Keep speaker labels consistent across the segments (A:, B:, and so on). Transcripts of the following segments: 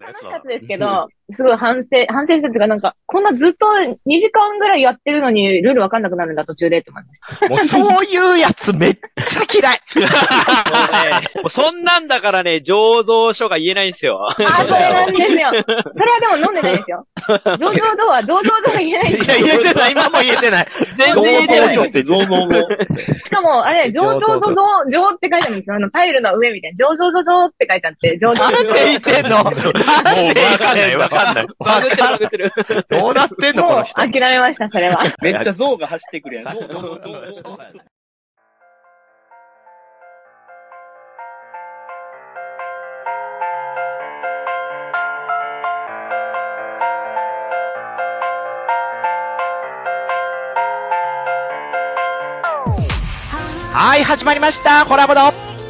A: 楽しかったですけど、すごい反省、反省してっていうか、なんか、こんなずっと2時間ぐらいやってるのに、ルールわかんなくなるんだ、途中でって思いました。
B: もうそういうやつめっちゃ嫌い。
C: もうねもうそんなんだからね、醸造所が言えないんですよ。
A: あ、それなんですよ。それはでも飲んでないです よ。同情度は、同情度は言えない
B: い
A: です
B: や、言えてない。今も言えて ない。
C: 全然言えてない。
B: 醸造所って言って
D: 像像。
A: しかも、あれ、醸造ぞぞ、醸って書いてあるんですよ。あの、タイルの上みたいな。醸造ぞぞって書いてあって、醸造
B: なんて言ってん のなんて
E: もう
B: 言
E: わかん
B: ってん
E: ない、わ
B: の
E: かんない。
C: バグってるバグってる。
B: どうなってんのこ
A: も
B: の
A: う、
B: 人。
A: 諦めました、それ は。
D: めっちゃ像が走ってくるやん。像像像像
B: はい、始まりました。コラボド。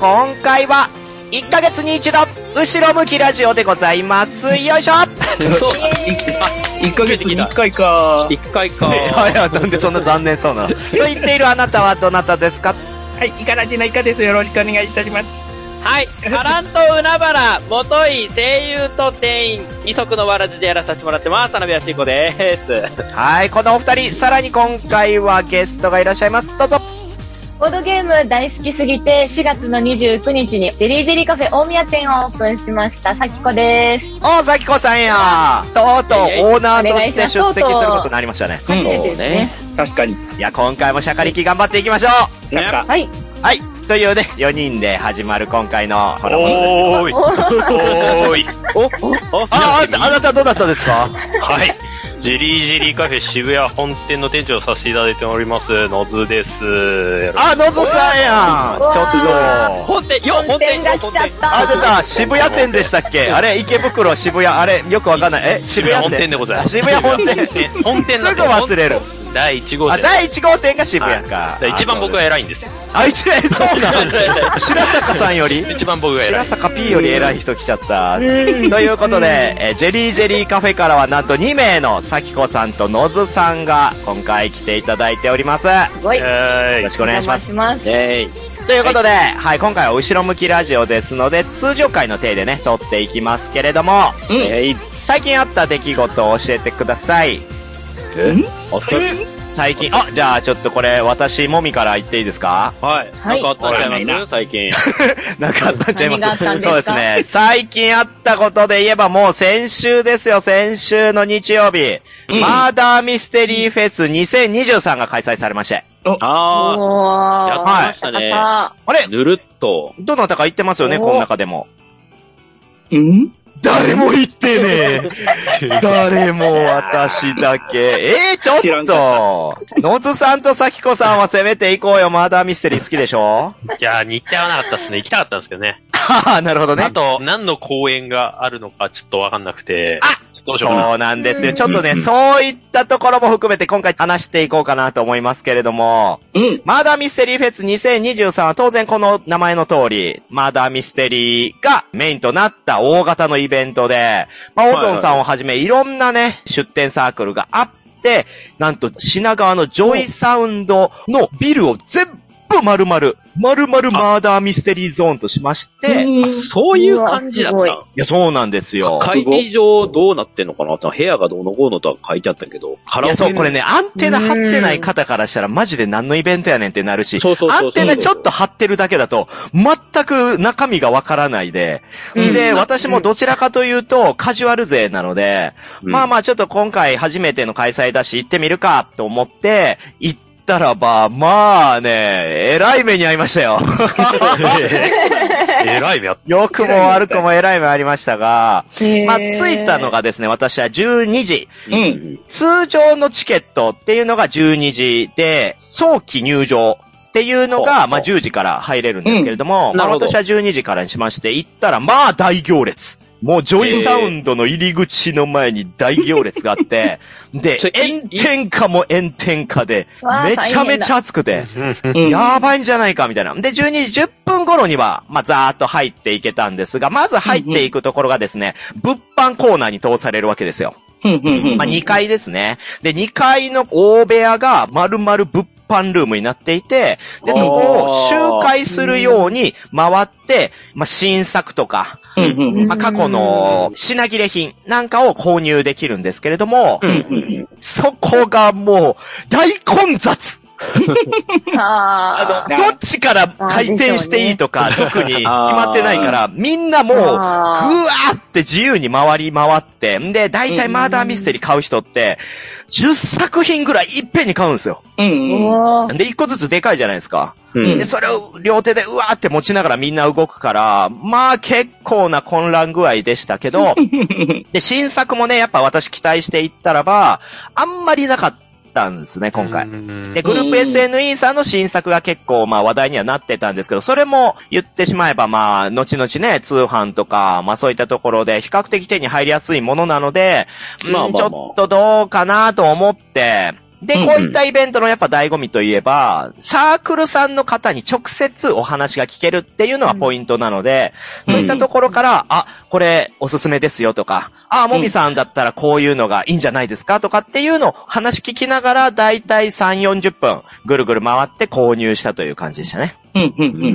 B: 今回は、1ヶ月に一度、後ろ向きラジオでございます。よいしょ
C: そう。
D: 一ヶ月に一回か。
C: 一回 か。
B: やいや、なんでそんな残念そうなのと言っているあなたはどなたですか
D: はい、イカラジのイカです。よろしくお願いいたします。
C: はい。カランと海原、元井、声優と店員、二足のわらじでやらさせてもらってます。田辺康彦です。
B: はい、このお二人、さらに今回はゲストがいらっしゃいます。どうぞ。
A: ボードゲーム大好きすぎて、4月の29日に、ジェリージェリーカフェ大宮店をオープンしました、さきこです。
B: 大崎子さんやとうとうオーナーとして出席することになりましたね。
A: 初めてですね。
D: 確かに。
B: いや、今回もシャカリキ頑張っていきましょ
D: なんか、
A: はい。
B: うはい、というね、4人で始まる今回のコラボです。
E: おーい。
A: お
E: おーい。
C: お、お、
B: あ、あなた、あなたどうだったですか
E: はい。ジェリージェリーカフェ渋谷本店の店長をさせていただいております、のずです。よろし
B: あ、のずさんやん
A: うわ
B: ちょっと。
C: 本店、よ、本
A: 本
C: 店
A: 店が来ちゃっ。た。
B: あ、出た、渋谷店でしたっ けあれ、池袋、渋谷、あれ、よくわかんない。え、渋谷
E: 渋谷本店でございます
B: 渋谷本店。す
E: く本 店
B: ぐ
E: なんで
B: 忘れる。
E: 第1号
B: あ、
E: 店。だか
B: 第1号店が渋谷か。
E: ら一番僕が
B: は。
E: 偉いんですよ。
B: あ、一番、そうなん白坂さんより
E: 一番僕が偉
B: 白
E: い。
B: 坂 P より偉い人来ちゃった。
A: う
B: と
A: ん。
B: いうことで、えージェリージェリーカフェからはなんと2名の咲子さんとのずさんが今回来ていただいております。よ
A: すごい。
E: は
B: ろしくお願いします。
A: お願いします。
B: えーということで、はい、今回は後ろ向きラジオですので、通常回の体でね、撮っていきますけれども、
D: うん
B: えー最近あった出来事を教えてください。おっと最近、あ、じゃあちょっとこれ、私、もみから言っていいですか
E: はい。
A: はい
E: なんかあったんちゃいます最近。
B: なんかあったんちゃいま
A: 何
B: す
A: があったんですか
B: そうですね。最近あったことで言えばもう先週ですよ、先週の日曜日。マーダーミステリーフェス2023が開催されまして。
E: あー。
A: おー。
E: やってましたね
A: は
B: あれ
E: ぬるっと。
B: どなたか言ってますよね、
A: お
B: この中でも。
D: うん
B: 誰も言ってね え。誰も私だけ。えー、ち
D: 知
B: ょ
D: ら
B: っ
D: ん
B: と。ノズさんとサキコさんは攻めていこうよ。マーダーミステリー好きでしょ
E: いやー、日程合わなかったっすね。行きたかったんですけどね。
B: はあ、なるほどね
E: あ。と、何の公演があるのかちょっとわかんなくて。
B: あ
E: ちょっとどうしようかな。
B: そうなんですよ。
A: うん
B: ちょっとね、そういったところも含めて今回話していこうかなと思いますけれども、
D: うん。
B: マーダーミステリーフェス2023は当然この名前の通り、マーダーミステリーがメインとなった大型のイベントで、まあ、オゾンさんをはじめいろんなね、出展サークルがあって、なんと品川のジョイサウンドのビルを全部丸々、丸々マーダーミステリーゾーンとしまして、い
D: うん
C: そういう感じだっ
A: うわす
C: た。
B: や、そうなんですよ。
C: 会議場どうなってんのかなって部屋がどうのこうのとは書いてあったけど、カ
B: い
C: ラオ
B: や、
C: ケ
B: そう、これね、アンテナ張ってない方からしたら、マジで何のイベントやねんってなるし、
C: そうそうそう
B: ア
C: そう
B: ンテナちょっと張ってるだけだと、全く中身がわからないで、
A: うん
B: で、私もどちらかというと、カジュアル勢なので、まあまあちょっと今回初めての開催だし、行ってみるか、と思って、行ったらば、まあね、えらい目に遭い ましたよ。
E: えらい目あっ
B: 良くも悪くもえらい目ありましたが、
A: い
B: まあ着いたの。がですね、私は12時。
D: うん。
B: 通常のチケットっていうのが12時で、早期入場っていうの
E: ほうほ
B: が、
E: う
B: まあ、10時から入れるんですけれども、
C: うん
B: まあ、
C: なるほど
B: 私は12時からにしまして、行ったら、まあ、大行列。もう、ジョイサウンドの入り口の前に大行列があ って、で
C: ちょい、
B: 炎天下も炎天下で、
A: わあ
B: めちゃめちゃ暑くて、
D: うん
B: やばいんじゃないかみたいな。で、12時10分頃には、まあ、ざーっと入っていけたんですが、まず入っていくところがですね、物販コーナーに通されるわけですよ。
D: うんうんうん
B: まあ、2階ですね。で、2階の大部屋が、丸々物販ルームになっていて、で、そこを周回するように回って、まあ、新作とか、
D: うんうん。
B: まあ、過去の品切れ品なんかを購入できるんですけれども、
D: うんうん
B: そこがもう、大混雑
A: あ
B: どっちから回転していいとか、特に決まってないから、みんなもう、ぐわ
A: あー
B: ーって自由に回り回って、んで、大体マーダーミステリー買う人って、10作品ぐらいいっぺんに買うんですよ。
D: う
A: うん
D: うん。
A: わー
B: で、1個ずつでかいじゃないですか。
E: うん
B: で、それを両手でうわーって持ちながらみんな動くから、まあ結構な混乱具合でしたけど、で、新作もね、やっぱ私期待していったらば、あんまりなかったんですね、今回。
E: うん
B: で、グループ
D: うん
B: SNE さんの新作が結構、まあ話題にはなってたんですけど、それも言ってしまえば、まあ、後々ね、通販とか、まあそういったところで比較的手に入りやすいものなので、うん
C: まあまあまあ
B: ちょっとどうかなと思って、で、こういったイベントのやっぱ醍醐味といえば、サークルさんの方に直接お話が聞けるっていうのはポイントなので、
D: うん
B: そういったところから、あ、これおすすめですよとか、あ、もみさんだったらこういうのがいいんじゃないですかとかっていうのを話聞きながら、だいたい3、40分、ぐるぐる回って購入したという感じでしたね。
D: うんうんうんうん。
A: う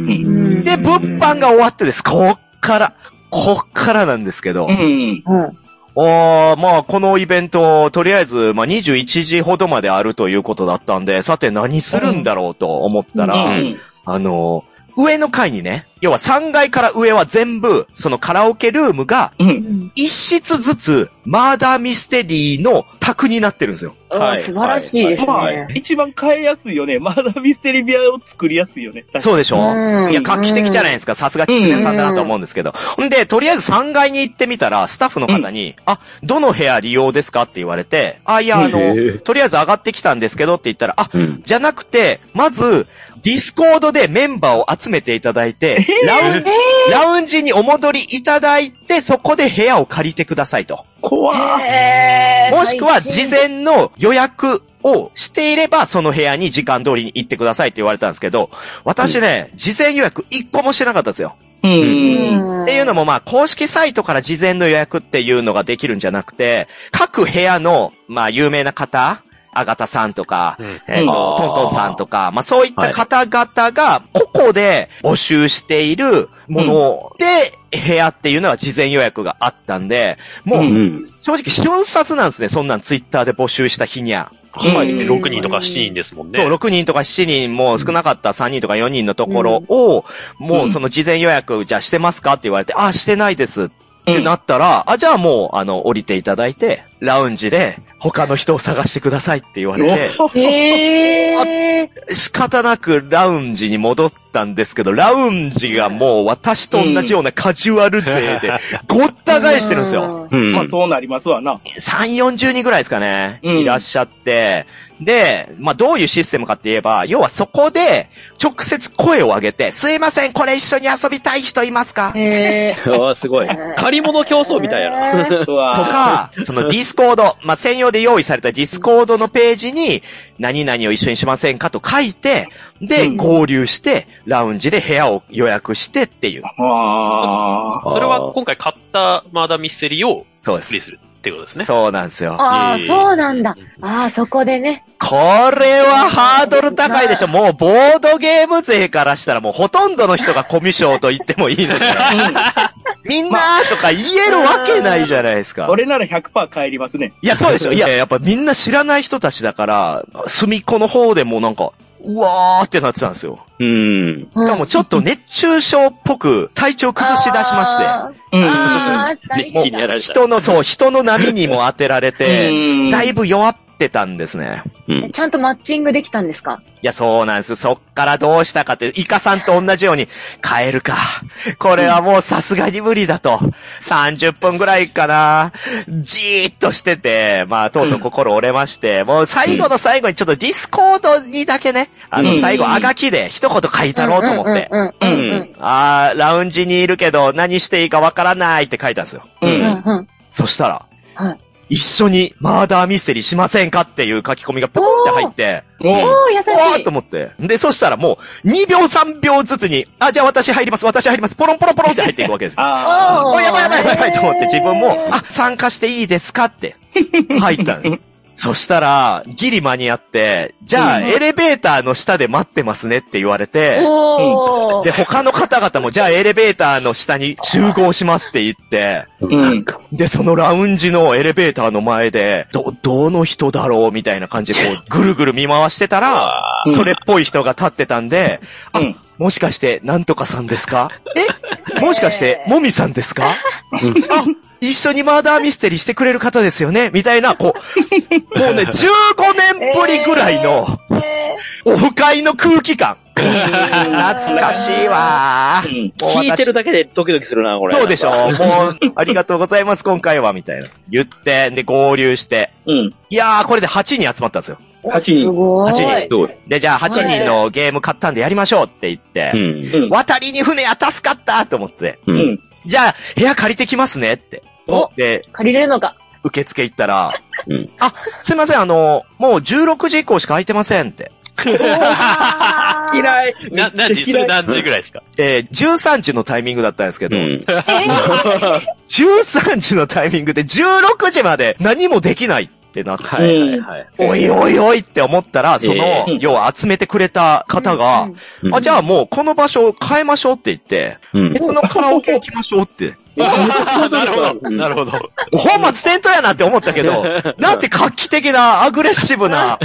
A: ん
B: で、物販が終わってです。こっから、こっからなんですけど、
D: うん。
A: うん
B: ああ、まあ、このイベント、とりあえず、まあ、21時ほどまであるということだったんで、さて何するんだろうと思ったら、
D: うん
B: あのー上の階にね、要は3階から上は全部、そのカラオケルームが、
D: うん。
B: 一室ずつ、マーダーミステリーの卓になってるんですよ。
A: あー素晴らしいです
D: は
A: ね
D: い。。一番変えやすいよね。まだミステリビアを作りやすいよね。
B: そうでしょ、
A: うん
B: いや、画期的じゃないですか。さすが狐さんだなと思うんですけど。ほんで、とりあえず3階に行ってみたら、スタッフの方に、あ、どの部屋利用ですかって言われて、あ、いや、あ
E: へ
B: の、
E: ー
B: とりあえず上がってきたんですけどって言ったら、あ、
E: うん
B: じゃなくて、まず、ディスコードでメンバーを集めていただいて、ラウン、ラウンジにお戻りいただいて、そこで部屋を借りてくださいと。
D: 怖っ
A: へー
B: もしくは事前の予約をしていれば、その部屋に時間通りに行ってくださいって言われたんですけど、私ね、事前予約一個もしてなかったんですよ。
D: う。
A: うんん
B: っていうのもまあ、公式サイトから事前の予約っていうのができるんじゃなくて、各部屋の、まあ、有名な方、あがたさんとか、
E: うん
B: えっ、
C: あ
B: と、
C: ー
B: トントンさんとか、まあそういった方々が、個々で募集しているもので、部屋っていうのは事前予約があったんで、もう、
E: うん。
B: 正直、瞬殺なんですね。そんなんツイッターで募集した日にゃ。
E: はい。
D: うん
E: 6人とか7人ですもんね。
B: そう、6人とか7人、もう少なかった3人とか4人のところを、もうその事前予約、じゃあしてますかって言われて、あ、してないですってなったら、あ、じゃあもう、あの、降りていただいて、ラウンジで他の人を探してくださいって言われて、
A: へー
B: 仕方なくラウンジに戻ったんですけど、ラウンジがもう私と同じようなカジュアル勢 で、ごった返してるんですよ。。
E: う
D: まあ
E: ん。
D: そうなりますわな。
B: 3、40人ぐらいですかね。
D: うん
B: いらっしゃって。で、まあ、どういうシステムかって言えば、要はそこで、直接声を上げて、すいません、これ一緒に遊びたい人いますかと
A: へー
C: わあ、すごい。借り物競争みたいやな。
A: な。
D: うわ
B: か、そのディスコード、まあ、専用で用意されたディスコードのページに、何々を一緒にしませんかと書いて、で、
D: うん
B: 合流して、ラウンジで部屋を予約してっていう。
D: あ
E: それは今回買ったマーダーミステリーを
B: そうで
E: プレイ
B: す。
E: するってことですね。
B: そうなんですよ。
A: ああ、
E: えー
A: そうなんだ。ああ、そこでね。
B: これはハードル高いでしょ。もうボードゲーム勢からしたらもうほとんどの人がコミュ障と言ってもいいのに。 みんなーとか言えるわけないじゃないですか。
D: 俺なら100%帰りますね。
B: いや、そうでしょ。いや、やっぱみんな知らない人たちだから、隅っこの方でもうなんか、うわーってなってたんですよ。
E: うん。
A: し
B: しかもちょっと熱中症っぽく体調崩し出しまして。
D: うん。
A: あー大
C: 熱気
A: 変
C: にや
A: だ
C: られた。
B: 人の、そう、人の波にも当てられて、
D: うん
B: だいぶ弱ってたんですね。
A: ちゃんとマッチングできたんですか
B: いや、そうなんです。そっからどうしたかって、イカさんと同じように、変えるか。これはもうさすがに無理だと。30分ぐらいかな。じーっとしてて、まあ、とうとう心折れまして、もう最後の最後にちょっとディスコードにだけね、あ
D: う
B: の、
D: ん
B: 最後、あがきで一言書いたろうと思って。
A: うんうんうんうん
B: あー、ラウンジにいるけど、何していいかわからないって書いたんですよ。
D: う。
A: うんんうん。
B: そしたら、
A: は
B: 一緒にマーダーミステリーしませんかっていう書き込みがポコンって入って、
D: お
A: おー、優し
B: わー
A: い
B: っと。思って。で、そしたらもう、2秒3秒ずつに、あ、じゃあ私入ります、私入ります、ポロンポロンポロンって入っていくわけです。
D: あ
A: お
B: お、やばいやばいやばいと思って自分も
A: へー、
B: あ、参加していいですかって、入ったんです。 そしたら、ギリ間に合って、じゃあ、エレベーターの下で待ってますねって言われて、
A: おー
B: で、。他の方々も、じゃあエレベーターの下に集合しますって言って、
D: うん。
B: で、そのラウンジのエレベーターの前で、ど、どの人だろうみたいな感じで、こう、ぐるぐる見回してたら、
D: うん
B: それっぽい人が立ってたんで、あ
D: うん、
B: もしかして、なんとかさんですかえもしかして、もみさんですかあ、一緒にマーダーミステリーしてくれる方ですよねみたいな、こう、もうね、15年ぶりぐらいの、
A: え
B: オフ会の空気感。
A: ー
B: 懐かしい。わー
D: うん
B: もう私
C: 聞いてるだけでドキドキするな、これ。
B: そうでしょ
C: なんか
B: もう、ありがとうございます、今回は、みたいな。言って、で、合流して。
D: うん。
B: いやー、これで8人集まったんですよ。
D: 8
A: す
D: 人。
A: ごい。
B: 8
E: どう
B: で、じゃあ8人のゲーム買ったんでやりましょうって言って、
E: ん。
D: うん。
B: 渡りに船や助かったと思って、
E: う。
D: うんん。
B: じゃあ部屋借りてきますねって。
A: お
B: で、
A: 借りれる のか。
B: 受付行ったら、
E: うん
B: あ、すいません、あの、もう16時以降しか空いてませんって。
A: 嫌い。
D: 嫌い。
E: な、何時、そ
D: 嫌
E: れ
D: い。
E: 何時ぐらいですか
B: えー13時のタイミングだったんですけ
E: う
B: ど、
E: ん。
B: 13時のタイミングで16時まで何もできないってなって、
E: はいはいはい。
B: おいおいおいって思ったら、その、
D: えー
B: 要は集めてくれた方が、
E: うん
B: あ、じゃあもうこの場所を変えましょうって言って、
E: うん。
B: 別のカラオケ行きましょうって。
E: あなるほど。なるほど。
B: 本末転倒やなって思ったけど、なんて画期的な、アグレッシブな、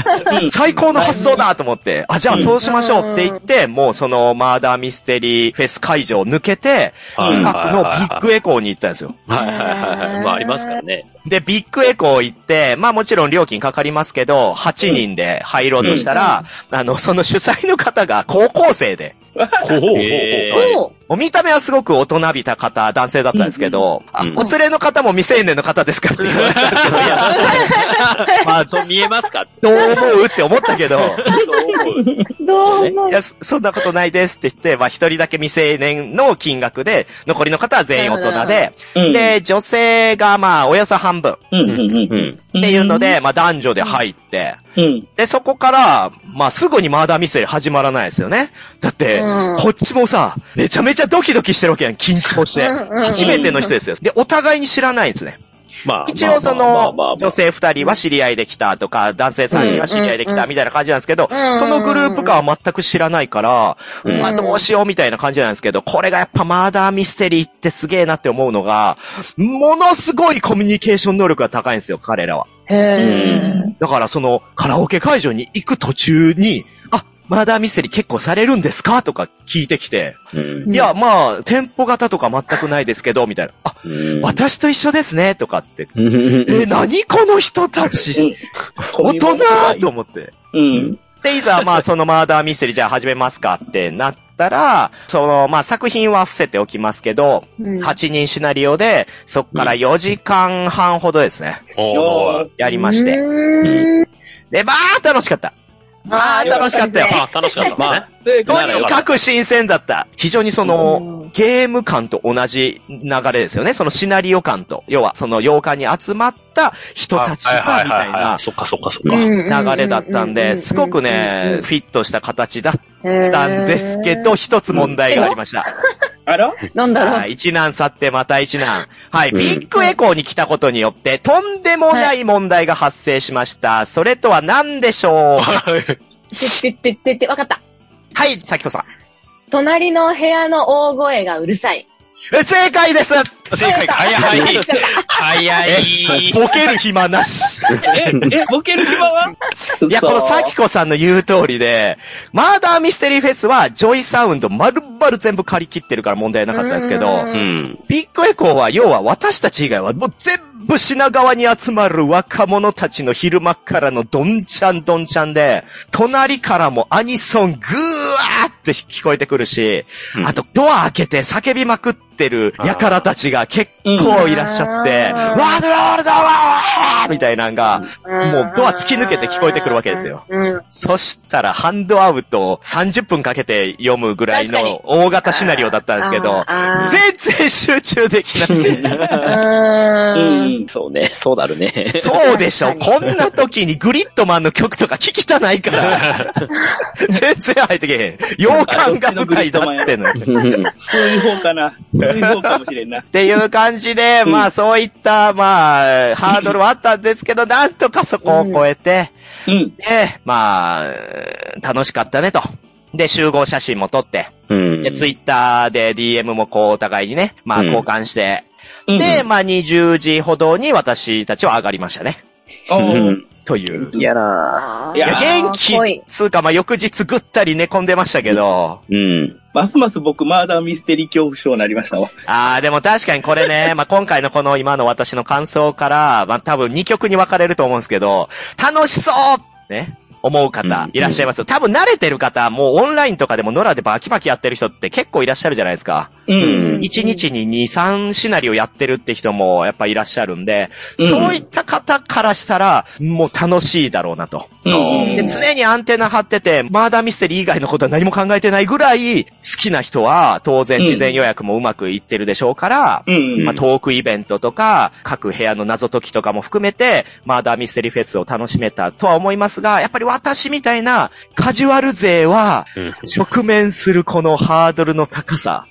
B: 最高の発想だと思って、あ、じゃあそうしましょうって言って、もうそのマーダーミステリーフェス会場を抜けて、
E: はい
B: 近く
E: はい
B: のビ
E: はい
B: ッグエコーに行ったんですよ。
E: はいはいはいはい。まあ、ありますからね。
B: で、ビッグエコー行って、まあもちろん料金かかりますけど、8人で入ろうとしたら、あの、その主催の方が高校生で、
E: ほうほう
B: ー
A: お
B: もう見た目はすごく大人びた方、男性だったんですけど、あ
E: うん
B: お連れの方も未成年の方ですかって言わ れたんですけど、いや、まあ、
E: そう見えますか
B: どう思うって思ったけど、
A: どうも
B: い。や、そそんなことないですって言って、まあ一人だけ未成年の金額で、残りの方は全員大人で、
D: うん。
B: で、女性がまあおよそ半分っ
D: うん、うん、うん。
E: ん。
D: って
B: いうの、で、まあ男女で入って、
D: うん。
B: で、そこから、まあすぐにマーダーミステリー始まらないですよね。だって、
A: うん
B: こっちもさ、めちゃめちゃドキドキしてるわけやん、緊張して
A: うんうんう。ん
B: 初めての人ですよ。で、お互いに知らないんですね。
E: まあ、
B: 一応そ
E: まあ
B: の
E: まあまあまあ、
B: 女性二人は知り合いできたとか、男性三人は知り合いできたみたいな感じなんですけど、
A: うん
B: そのグループ感は全く知らないから、
E: うん
B: まあどうしようみたいな感じなんですけど、これがやっぱマーダーミステリーってすげえなって思うのが、ものすごいコミュニケーション能力が高いんですよ、彼らは。
A: へえ。
B: だからそのカラオケ会場に行く途中に、あ、マーダーミステリー結構されるんですかとか聞いてきて、
E: うん
A: うん
B: いや、まあ、店舗型とか全くないですけど、みたいな。あ、
E: うん
B: 私と一緒ですね、とかって。
E: うん
B: え、何この人たち大人と思って。
D: うん。
B: で、いざ、まあ、そのマーダーミステリーじゃあ始めますかってなったら、その、まあ、作品は伏せておきますけど、8人シナリオで、そっから4時間半ほどですね、
E: おー
B: やりまして。
A: て。
B: で、まあ、楽しかった。まあ、楽しかったよ。
E: あ、楽しかった。まあ、
D: で、
B: とにかく新鮮だった。非常にその、
A: うん
B: ゲーム感と同じ流れですよね。そのシナリオ感と。要は、その8日に集まった人たちが、みたいな
E: そっかそっかそっか。
B: 流
A: 流
B: れだったんで、すごくね、フィットした形だっったんですけど、、一つ問題がありま した。
D: あら
A: なんだろ
B: は
A: う。
B: い一難去ってまた一難。はい、
E: うん
B: ビッグエコーに来たことによって、とんでもない問題が発生しました。それとは何でしょう
A: てってってってって、わかった。
B: はい、さきこさん。
A: 隣の部屋の大声がうるさい。
B: え正解です
E: 正解、早い。早い。
B: ボケる暇なし。
D: え、え、ボケる暇 はい
B: や、このさきこさんの言う通りで、マーダーミステリーフェスは、ジョイサウンド丸々全部借り切ってるから問題なかったんですけど、
E: うん。
B: ビッグエコーは、要は私たち以外は、もう全部品川に集まる若者たちの昼間からのどんちゃんどんちゃんで、隣からもアニソンぐーわーって聞こえてくるし、
E: うん
B: あとドア開けて叫びまくってるやからたちが結構いらっしゃって、
A: うん
B: ワードロールだわーみたいなんが、もうドア突き抜けて聞こえてくるわけですよ。
A: うん。
B: そしたらハンドアウトを30分かけて読むぐらいの大型シナリオだったんですけど、
A: あー
B: 全然集中できなくて。
A: あー
D: うん。
C: そうね。そうなるね。
B: そうで しょ。
A: 確か
B: こんな時にグリッドマンの曲とか聞きたない から。全然入ってけへん。洋館が舞台だっつってん のに。
D: そういう方かな。そういう方かもしれんな
B: っ。ていう感じで、まあそういった、まあ、ハードルはあったんですけど、なんとかそこを超えて、
D: うん。
B: で、まあ、楽しかったねと。で、集合写真も撮って、
E: うん
B: で、ツイッターで DM もこう、お互いにね、まあ
E: うん
B: 交換して、
D: うん
B: で、まあ20時ほどに私たちは上がりましたね。
D: お
E: う
D: ー
E: ん
B: という。
C: いや
A: あ
C: な
A: ー
D: い
B: いや、
D: や
B: 元
A: かっこいい、
B: 気つうか、まあ翌日ぐったり寝込んでましたけど、
E: うん。
D: ますます僕、マーダーミステリー恐怖症になりましたわ。
B: ああ、でも確かにこれ ね、まあ、今回のこの今の私の感想から、まあ、多分2曲に分かれると思うんですけど、楽しそうね。思う
E: う
B: 方
E: ん、
B: いらっしゃいますよ。多分慣れてる方、もうオンラインとかでもノラでバキバキやってる人って結構いらっしゃるじゃないですか。
D: う
E: うん
A: ん
B: 1日に2、3シナリオやってるって人もやっぱいらっしゃるんで、
D: うん
B: そういった方からしたら、もう楽しいだろうなと。
D: うん
B: で、常にアンテナ張ってて、マーダーミステリー以外のことは何も考えてないぐらい、好きな人は、当然事前予約もうまくいってるでしょうから、
D: うん。
B: まあ、トークイベントとか、各部屋の謎解きとかも含めて、マーダーミステリーフェスを楽しめたとは思いますが、やっぱり私みたいなカジュアル勢は、
E: うん
B: 直面するこのハードルの高さ。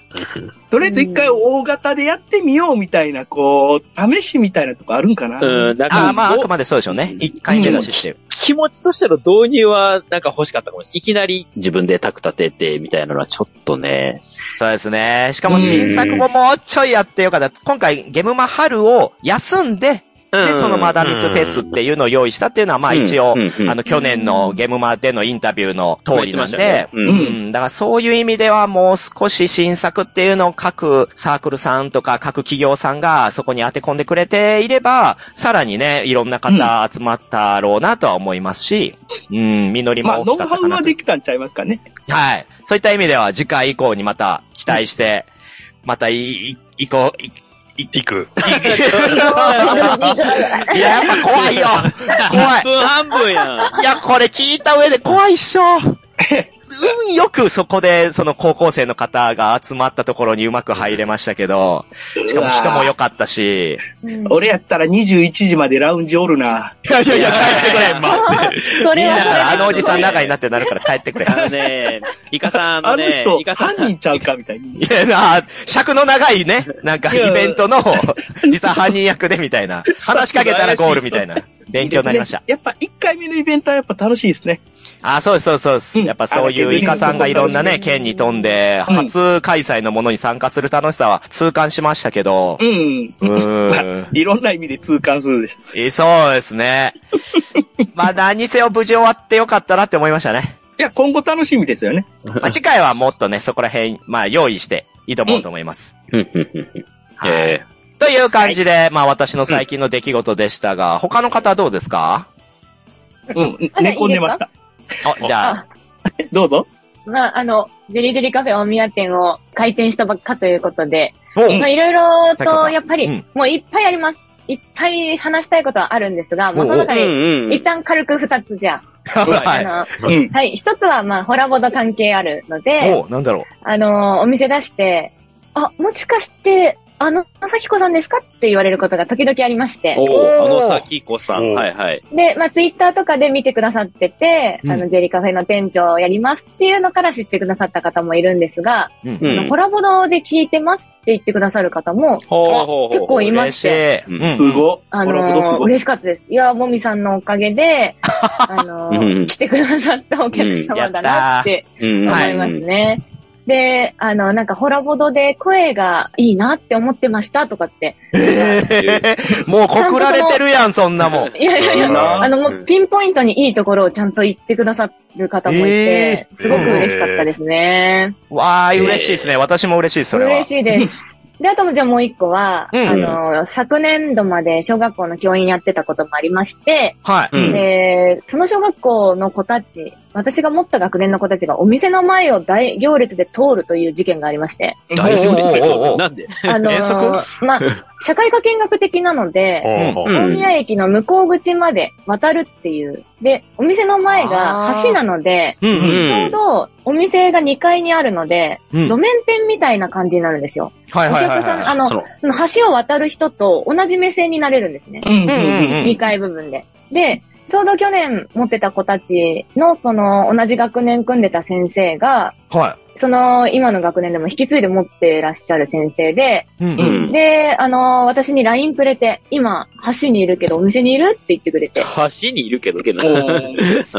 D: とりあえず一回大型でやってみようみたいな、こう、試しみたいなとこあるんかな。
C: うん、なん
B: あ
C: か、
B: あ、まあ、あ
C: ど
B: くまでそうでしょうね。一回目出ししてる。
C: 気持ちとしての導入は、なんか欲しかったかもしれない。いきなり自分でタク立てて、みたいなのはちょっとね。
B: そうですね。しかも新作ももうちょいやってよかった。今回、ゲムマ春を休んで、
C: で
B: で、そのマダミスフェスっていうのを用意したっていうのは、まあ一応、あ
E: あ
B: の、去年のゲムマでのインタビューの通りなんで、
E: うん
D: う
B: うんん、だからそういう意味ではもう少し新作っていうのを各サークルさんとか各企業さんがそこに当て込んでくれていれば、さらにね、いろんな方集まったろうなとは思いますし、うん、実り
D: まあ、
B: も大き
D: ノウ
B: かっ
D: ハ
B: た
D: ウ
B: かな
D: は
B: と。
D: できたんちゃいますかね。
B: はい。そういった意味では次回以降にまた期待して、またい、い、いこう、い、
E: 行く。
B: いや、やっぱ怖い よ怖い
C: 1分半分やん。
B: いや、これ聞いた上で怖いっしょ。運よくそこで、その高校生の方が集まったところにうまく入れましたけど、しかも人も良かったし。
A: い。
D: 俺やったら21時までラウンジおるな。
B: いやいやいや、帰ってくれ。みんな
A: それはそれ
B: からあのおじさん
A: だ。
B: 仲になってなるから帰ってくれ。
C: あのね、イカさん
D: あ
C: の
D: の
C: ね、
D: 人
C: イ、カさん
D: 犯、人ちゃうかみたいに。
B: いやな、尺の長いね、なんか
D: いや
B: イベントの、 実際犯人役でみたいな。話しかけたらゴールみたいな。勉強になりました。
D: いいですねやっぱ1回目のイベントはやっぱ楽しいですね。
B: あ、そうです、そうです、そうです。
D: うん
B: やっぱそういうイカさんがいろんなね、県に飛んで、
D: うん
B: 初開催のものに参加する楽しさは痛感しましたけど、
D: うん。
B: うーん。
D: いろんな意味で痛感するでしょ。
B: えそうですね。まあ何せを無事終わってよかったなって思いましたね。
D: いや、今後楽しみですよね。
B: まあ次回はもっとね、そこら辺、まあ用意して挑もうと思います。はい
E: え
B: という感じで、まあ私の最近の出来事でしたが、他の方はどうですか
D: うん。
A: あ
D: 寝込んでました。
B: あ、じゃあ、
D: どうぞ。
A: まあ、あの、ジェリージェリーカフェ大宮店を開店したばっかということで、
B: お
A: まあ、いろいろ
B: 斉藤さ
A: と、
B: ん
A: やっぱり、
B: うん
A: もういっぱいあります。いっぱい話したいことはあるんですが、もうその中
E: え
A: で、
E: うん
A: 一旦軽く二つじゃあ、
B: は
A: あ
B: い。
A: の、
E: うん
D: うん。
A: はい、一つは、まあ、ホラボド関係あるので、
B: おなんだろ
A: あの、お店出して、あ、もしかして、あの、咲子さんですかって言われることが時々ありまして、
C: お
B: お
C: ー、
B: ー
C: あのさきこさん。
E: おー
C: はいはい。
A: で、まあ、ツイッターとかで見てくださってて、
B: うん
A: あの、ジェリカフェの店長をやりますっていうのから知ってくださった方もいるんですが、
B: う。うん
E: うん
A: あのコラボので聞いてますって言ってくださる方も、
C: ほう
B: あ
C: ほうほう
A: 結構いまして、
B: 嬉
E: う
B: し
E: ん
B: い
D: すご。
A: あ
D: コラボ
A: の
D: ドすご
A: 嬉しかったです。いや、もみさんのおかげで、あの
E: うん
A: 来てくださったお客様だなって
E: うん
A: 思いますね。で、あの、なんか、ホラボドで声がいいなって思ってましたとかって。
B: えー もう告られてるやん、そんなもん。
A: いやいやいや、
E: うん
A: あの、もうピンポイントにいいところをちゃんと言ってくださる方もいて、
E: ー
A: すごく嬉しかったですね。
B: わーい、嬉しいですね。私も嬉しいです、それは。
A: 嬉しいです。で、あともじゃあもう一個は、
B: うん
A: あの、昨年度まで小学校の教員やってたこともありまして、
B: はい。
E: うん
A: で、その小学校の子たち、私が持った学年の子たちがお店の前を大行列で通るという事件がありまして、
E: 大丈夫ですよ
B: おうおうおうおう
C: なんで
A: あの
B: 遠足、
A: まあ、社会科見学的なので、
E: うん
A: 大宮駅の向こう口まで渡るっていうで、お店の前が
B: あー
A: 橋なので、
B: うん
E: う。
B: うん。
A: ちょうんどお店が2階にあるので、
B: うん
A: 路面店みたいな感じになるんですよ。
B: は
A: お
B: いはいはい
A: 客さん、
B: は
A: あの、
E: その、
A: その橋を渡る人と同じ目線になれるんですね。
D: うん
B: い。うんうんう
A: 2
B: ん。
A: 階部分で。で、ちょうど去年持ってた子たちの、その、同じ学年組んでた先生が、
B: は
A: その、今の学年でも引き継いで持ってらっしゃる先生で、
B: い。うん
D: う
E: うん
D: ん。
A: で、あの、私に LINE くれて、今、橋にいるけどお店にいるって言ってくれて。
C: 橋にいるけど、けど。
D: お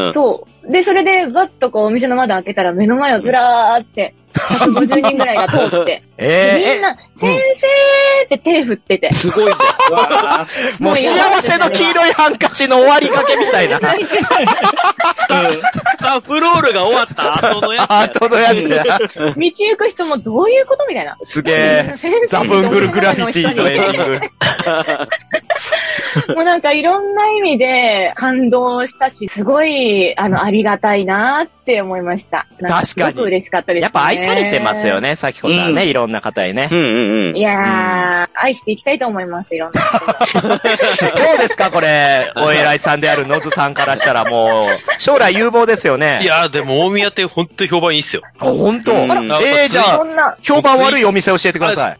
E: うん
A: そう。で、それで、バッとこう、お店の窓開けたら、目の前をずらーって、150人ぐらいが通って、みん
B: えー
A: な、先生って手振ってて。
C: すごいね。
D: ーわー
B: え、もう幸せの黄色いハンカチの終わりかけみた いな。
C: スタスタッフロールが終わった後のやつや。
B: 後のやつや。
A: 道行く人もどういうことみたいな。
B: すげえ。
A: 先生
B: ザブングルグラフィティのエンディング。
A: もうなんかいろんな意味で感動したし、すごい、あの、ありがたいなって思いました。なん
B: 確かに
A: すごく嬉しかったです、ね。
B: やっぱ愛されてますよ
A: ね。
B: ね、咲子さんね、いろんな方にね
E: う。んうんうん
A: い。やー、愛していきたいと思います、いろんな人。
B: どうですか、これ、 お偉いさんである野津さんからしたらもう、将来有望ですよね。
E: い、やー、でも大宮店ほんと評判いいっすよ。
B: あ本当。
E: うん
B: えー、じゃ
A: そ
B: あ、
A: んな。
B: 評判悪いお店教えてください。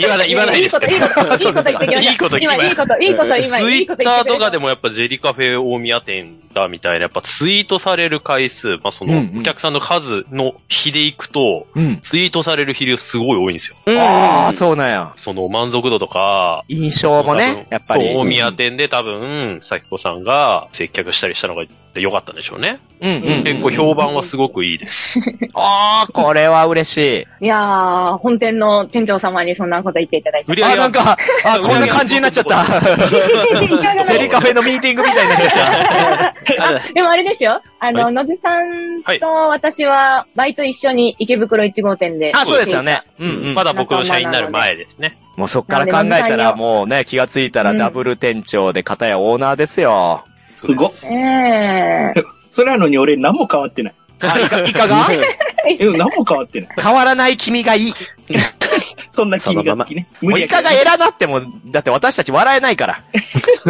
E: 言わない、言わない
A: い
E: で
A: いこ
E: す
A: と、
E: け
A: いい
E: ど。
A: こと、いいこと言ってきました。
E: い
A: 今、いい
E: いこと今
A: こと、いいこと、今、
E: ツ
A: い
E: イ
A: いこ
E: ッ
A: と言っ
E: ター
A: てくれ
E: と
A: た
E: かでもやっぱジェリカフェ大宮店だみたいな、やっぱツイートされる回数、まあそ
B: うんうん
E: のお客さんの数の比でいくと、
B: うん。
E: ツイートされる比率すごい多いんですよ。
B: ああ、そうなんや。
E: その満足度とか、
B: 印象もね、やっぱり。
E: そうう、大
B: ん
E: 宮店で多分、咲子さんが接客したりしたのが良かったんでしょうね。
B: うん。
E: 結構評判はすごくいいです。
B: ああ、これは嬉しい。
A: いやー、本店の店長様にそんなこと言っていただいて。
E: 売り上
B: あ、
E: げ
B: なん
E: は、
B: か、あ、 こんな感じになっちゃ った。ジェリカフェのミーティングみたいになっちゃった。
A: でもあれですよ。あの、
E: は
A: 野津さんと私は、バイト一緒に池袋1号店で。
B: あ、そうですよね。うんうん
E: ま。だ僕の社員になる前ですね。
B: もうそっから考えたらもうね、気がついたらダブル店長で片やオーナーですよ。
D: すごっ。
A: ええ
D: それなのに俺何も変わってない。
B: あ、いか、いかが
D: え、何も変わってない。
B: 変わらない君がいい。
D: そんな君が好きね。
B: もういかが偉なっても、だって私たち笑えない から。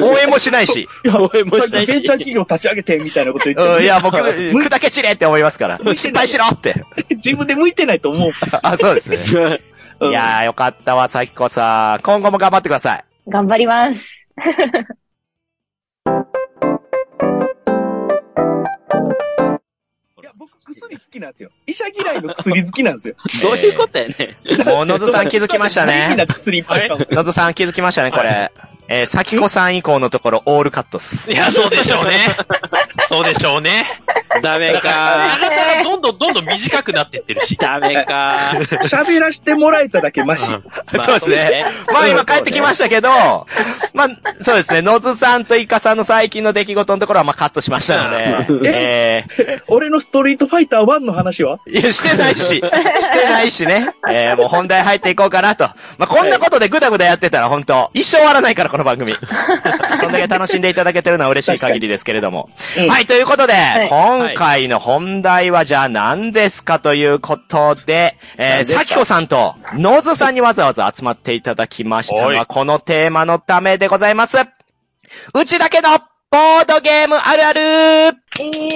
B: 応援もしないし。
D: 応援
C: もしないし
D: ベンチャー企業立ち上げてみたいなこと言って
B: うん、
D: る
B: いや、 僕、砕け散れって思いますから。失敗しろって。
D: 自分で向いてないと思う。
B: あ、そうですね。
D: うん
B: いやー、よかったわ、さきこさん。今後も頑張ってくださ い。
A: 頑張ります。
D: いや、僕薬好きなんですよ。医者嫌いの薬好きなんですよ。
C: どういうことやね。
B: もう、のずさん気づきました
D: 好きな
B: ね。
D: 薬いっぱい買うんですよ。
B: のずさん気づきましたね、これ。えー、さきこさん以降のところ、オールカットっす
E: い。や、そうでし ょうね。そうでしょうね。
C: ダメか。
E: 長さがどんどんどんどん短くなってってるし。
C: ダメか。
D: 喋らしてもらえただけマシ。
C: まあ
B: そうですね。まあ今帰ってきましたけど、まあ、そうですね、のずさんとイカさんの最近の出来事のところはまあカットしましたの で、え
D: 俺のストリートファイター1の話は
B: ー、いや、 してないし、してないしね、 えー、もう本題入っていこうかなと。まあこんなことでぐだぐだやってたら本当一生終わらないからこの番 組。そんだけ楽しんでいただけてるのは嬉しい限りですけれども。
D: うん
B: はい、ということで、
A: い
B: 今回の本題はじゃあ何ですかということで、えー、
D: 何ですか
B: さきこさんと、のずさんにわざわざ集まっていただきました
E: は
B: が、
E: い
B: このテーマのためでございます。うちだけの、ボードゲームあるある
A: ええー
E: イェ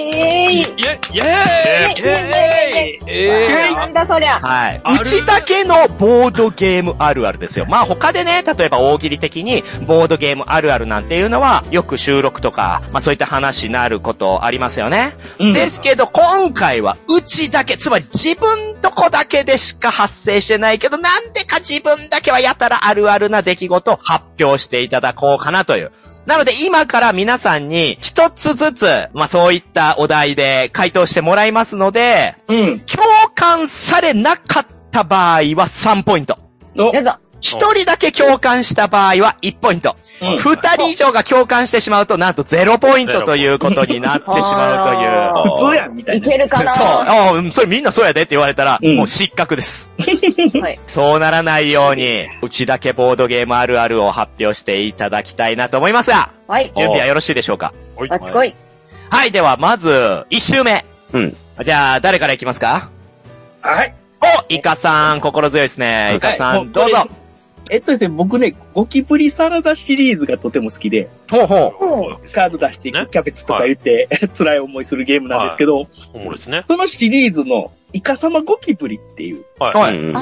E: イェ
A: イエ
E: イ
A: い。
E: え
A: なんだそりゃ。
B: はい。
E: ある
B: うちだけのボードゲームあるあるですよ。まあ他でね、例えば大喜利的にボードゲームあるあるなんていうのは、よく収録とか、まあそういった話になることありますよね。
D: うん
B: ですけど、今回は、うちだけ、つまり自分とこだけでしか発生してないけど、なんでか自分だけはやたらあるあるな出来事を発表していただこうかなという。なので、今から皆さんに、一つずつ、まあそういったお題で回答してもらいますので、
D: うん。
B: 共感されなかった場合は3ポイント。
D: お、
A: やだ。
B: 一人だけ共感した場合は1ポイント。
D: うん
B: 二人以上が共感してしまうと、なんと0ポイントということになってしまうという。
A: あ
D: 普通やん、みた
A: い
D: いな。
A: けるかな
B: そう。ああ、うんそれみんなそうやでって言われたら、
D: うん
B: もう失格です。
A: はい。
B: そうならないように、うちだけボードゲームあるあるを発表していただきたいなと思いますが、
A: はい。
B: 準備はよろしいでしょうか
E: はい
A: バチコイ。
B: はい、ではまず、一周目。
E: うん。
B: じゃあ、誰からいきますか
D: はい。
B: お、イカさん、心強いですね。イカさん、
D: はい
B: どうぞ。。
D: えっとですね、僕ね、ゴキブリサラダシリーズがとても好きで、
B: ほうほ
D: カード出してい
E: ね
D: くキャベツとか言って、辛い思いするゲームなんですけど、
E: おもろいですね。
D: そのシリーズのイカサマゴキブリっていう、イ
B: う。は
E: はい。
B: い。
D: カサマした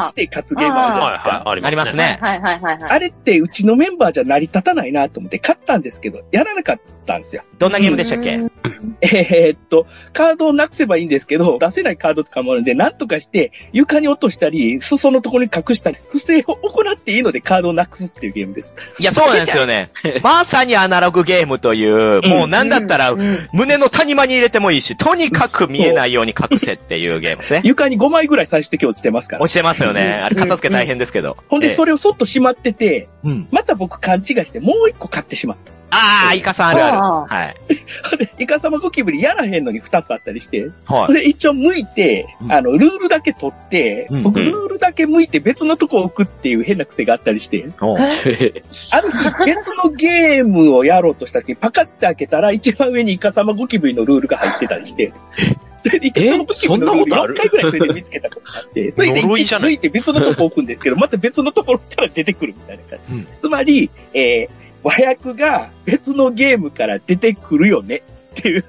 A: あ
D: して勝つゲームあるじゃない
E: は
D: です
E: い、
D: か。
E: はい、
B: あ
E: あ
B: り
E: り
B: ま
E: ますす
A: ー
E: ね。
B: ね。
A: はいはいはいはい。
D: あれってうちのメンバーじゃ成り立たないなと思って勝ったんですけど、やらなかったんですよ。
B: どんなゲームでしたっけ
A: うん
D: えーっと、カードをなくせばいいんですけど、出せないカードとかもあるんで、なんとかして床に落としたり、裾のところに隠したり、不正を行っていいのでカードをなくすっていうゲームです。
B: いや、そうなんですよね。まさにアナログゲームという、もうなんだったら
A: うん、うん
B: 胸の谷間に入れてもいいし、とにかく見えないように隠せっていうゲームですね。
D: 床に5枚ぐらい最終的に落ちてますから
B: 教。えますよね。あれ、片付け大変ですけど。
D: ほんで、そ
B: れ、
D: れをそっとしまってて、
B: うん。
D: また僕勘違いして、もう一個買ってしまった。
B: ああ、イカさんあるある。
A: ああ
B: はい。
D: ほんでイカサマゴキブリやらへんのに2つあったりして、
B: は
D: ほんで、一応向いて
B: う、ん
D: あの、ルールだけ取って
B: うん、
D: 僕、
E: うん
D: ルールだけ向いて別のとこ置くっていう変な癖があったりして、
B: い。おう
D: ある日、別のゲームをやろうとした時に、パカって開けたら、一番上にイカサマゴキブリのルールが入ってたりして、でイカサマゴキブリのルール
E: そんなことある
D: 4回ぐらいそれで見つけたことがあって、それで
E: 呪い
D: 一
E: じゃ
D: 応
E: ない
D: 向いて別のとこ置くんですけど、また別のところから出てくるみたいな感じ。
B: うん
D: つまり、えー、和訳が別のゲームから出てくるよねっていう、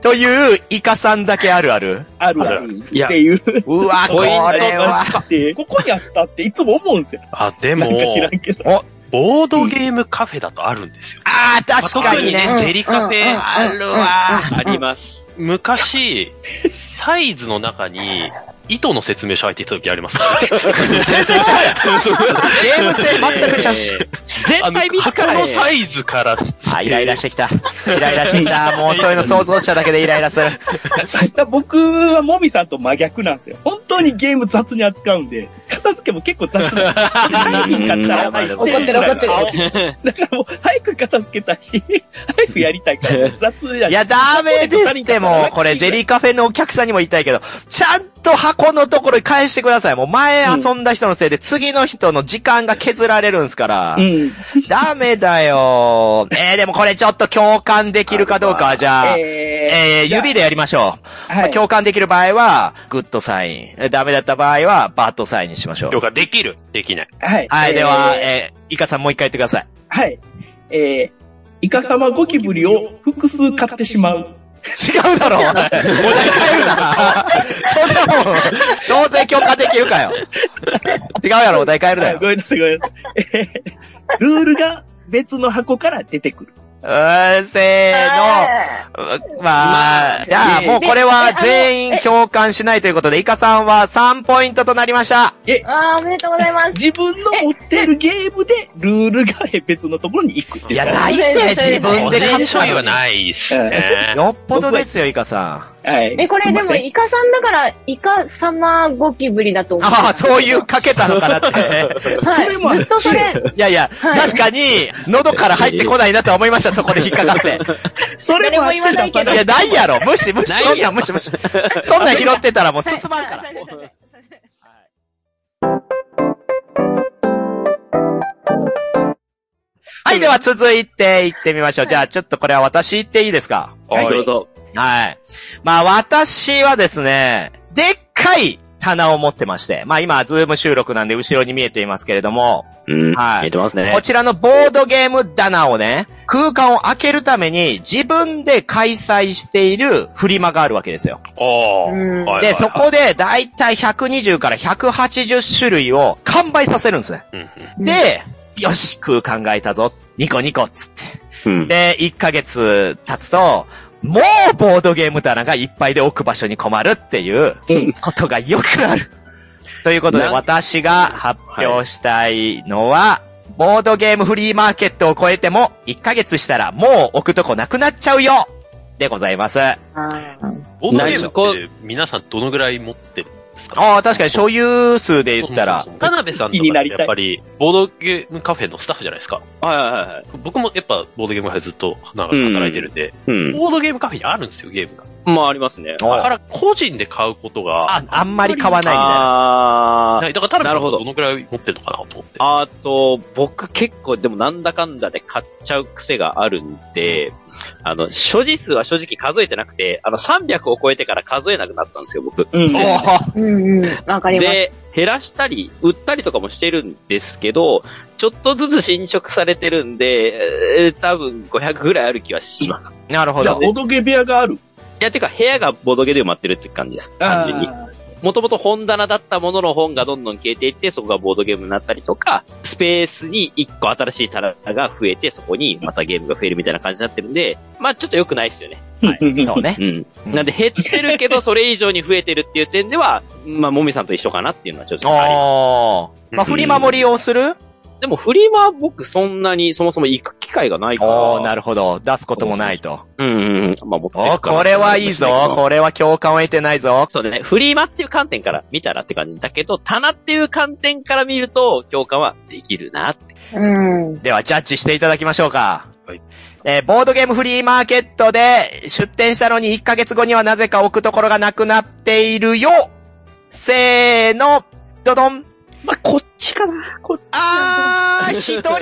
B: という、イカさんだけあるある。
D: あるあるっていう。
B: うわ、こ
E: ポイント
B: れは。
D: って、ここにあったっていつも思うんですよ。
E: あ、で
D: な
E: も
D: ん、か知らんけど。
E: ボードゲームカフェだとあるんですよ。
B: ああ、確かに
E: まあ特
B: ね。
E: ジェリカフェ
B: あるわ。
C: あります。
E: 昔、サイズの中に、糸の説明書入っていた時あります。
B: 全然ちゃうゲーム性全くちゃうし。
C: 絶
E: あの
C: 対見つか
E: 箱
C: らへ
E: の
C: ん。
E: サイズからして
B: あ、イライラしてきた。イライラしてきた。もうそういうの想像しただけでイライラする。
D: だから僕はもみさんと真逆なんですよ。本当にゲーム雑に扱うんで、片付けも結構雑 なんですよ。早く買ったら早く
A: 怒ってる怒ってる。
D: だからもう早く片付けたいし、早くやりたいから雑や
B: いや、ダメですって、 もう、これ、ジェリーカフェのお客さんにも言いたいけど、ちゃんと箱のところに返してください。もう前遊んだ人のせいで、次の人の時間が削られるんすから
D: う。ん。
B: ダメだよ。えー、でもこれちょっと共感できるかどうかは、じゃあ、え
D: え
B: ー、指でやりましょう。
D: は
B: まあ
D: い
B: 共感できる場合は、グッドサイン。えーダメだった場合は、バッドサインにしましょう
E: よ。かできるできない。
D: はい。
B: はい、
D: えー
B: では、えー、イカさんもう一回言ってください。
D: はい。えー、イカ様ゴキブリを複数買ってしまう。
B: 違うだろお前お 題変えるなそんなもん、当然許可できるかよ違うやろお題変えるな
D: はい
B: よ
D: ご。めんなさい、ごめんなさい。えールールが別の箱から出てくる。
B: うーん、せーの。うまあ、じゃあ、もうこれは全員共感しないということで、イカさんは3ポイントとなりました。
A: あー、おめでとうございます。
D: 自分の持ってるゲームで、ルールが別のところに行くって
B: い
D: いう
B: や、ないって、自分で勝っ
E: 勝
B: た
E: 勝利
B: の
E: は
B: に。
E: ないっすね。
B: よっぽどですよ、イカさ
D: はい。
A: え、こ
D: す
A: れ
D: いま
A: で
D: せん
A: も、イカさんだから、イカ様ゴキブリだと
B: ん。
A: 思う。
B: ああ、そういうかけたのかなって。
A: はい。
D: それもある
A: ずっとそれ、
B: いやいや、
A: はい
B: 確かに、喉から入ってこないなとは思いました、そこで引っかかって。
D: それもあって
A: 誰も言わないけど
B: いや、ないやろ無視無視
C: ない
B: そ
C: や
B: んなん無視無視そんなん拾ってたらもう進まんから。
A: はい
B: はい、では続いて行ってみましょう。じゃあ、ちょっとこれは私行っていいですか
E: はい
C: どうぞ。
B: はい。まあ、私はですね、でっかい棚を持ってまして、まあ今、ズーム収録なんで後ろに見えていますけれども、
F: うん。
B: はい
F: 見えてますね
B: こ。ちらのボードゲーム棚をね、空間を開けるために自分で開催しているフリマがあるわけですよ。
E: お
A: うん
E: ー。はいはいはい
B: で、そこでだいたい120から180種類を完売させるんですね。
E: うんうん
B: で、よし、空間が空いたぞ、ニコニコっつって。
F: うん。
B: で、1ヶ月経つと、もうボードゲーム棚がいっぱいで置く場所に困るっていうことがよくある。 ということで、
C: なん
B: 私が発表したいのは、ボードゲームフリーマーケットを超えても、1ヶ月したらもう置くとこなくなっちゃうよでございます。あ
E: ボードゲームって皆さんどのぐらい持ってるんですか
B: あ、確かに所有数で言ったら
E: そ、もそも田辺さんとかってやっぱり、ボードゲームカフェのスタッフじゃないですか。
C: はいはいはい。
E: 僕もやっぱボードゲームカフェずっとなんか働いてるんで、
F: うん。
E: ボードゲームカフェにあるんですよ、ゲームが。
C: まあありますね。
B: お
E: から個人で買うことが、
B: あ、あんまり買わないみたいな。
C: あ
E: な
C: ー
E: い。だから、
C: な
E: な
C: る
E: る
C: ほ
E: ほ
C: ど
E: ど。どのくらい持ってるのかなと思って。
C: あと、僕結構でもなんだかんだで買っちゃう癖があるんで、あの、所持数は正直数えてなくて、あの、300を超えてから数えなくなったんですよ、僕。
D: うん。
B: おー
A: うんうん。わかります。
C: で、減らしたり、売ったりとかもしてるんですけど、ちょっとずつ進捗されてるんで、えー多分500ぐらいある気はします。
B: なるほ
D: じゃあ、
B: ど。
D: おどげ部屋がある。
C: いや、てか部屋がボドゲで埋まってるって感じです。単純に。
D: あ
C: もともと本棚だったものの本がどんどん消えていって、そこがボードゲームになったりとか、スペースに一個新しい棚が増えて、そこにまたゲームが増えるみたいな感じになってるんで、まあちょっと良くないですよね。
D: ー。
B: そうね。
C: うん。なんで減ってるけど、それ以上に増えてるっていう点では、まあもみさんと一緒かなっていうのはちょっとありま
B: おー。まあ、振り守りをする
C: す。でもフリマは僕そんなにそもそも行く機会がないから。
B: おー、なるほど。出すこともないと。
C: うんうんうん。まあ持って
B: おー、これはいい ぞ。これは共感を得てないぞ。
C: そうだね。フリーマっていう観点から見たらって感じだけど、棚っていう観点から見ると、共感はできるなって。
A: うん。
B: では、ジャッジしていただきましょうか。
E: はい
B: えーボードゲームフリーマーケットで出店したのに1ヶ月後にはなぜか置くところがなくなっているよせーの、ドドン
D: まあ、こっちかな。こっち
B: あー、一人共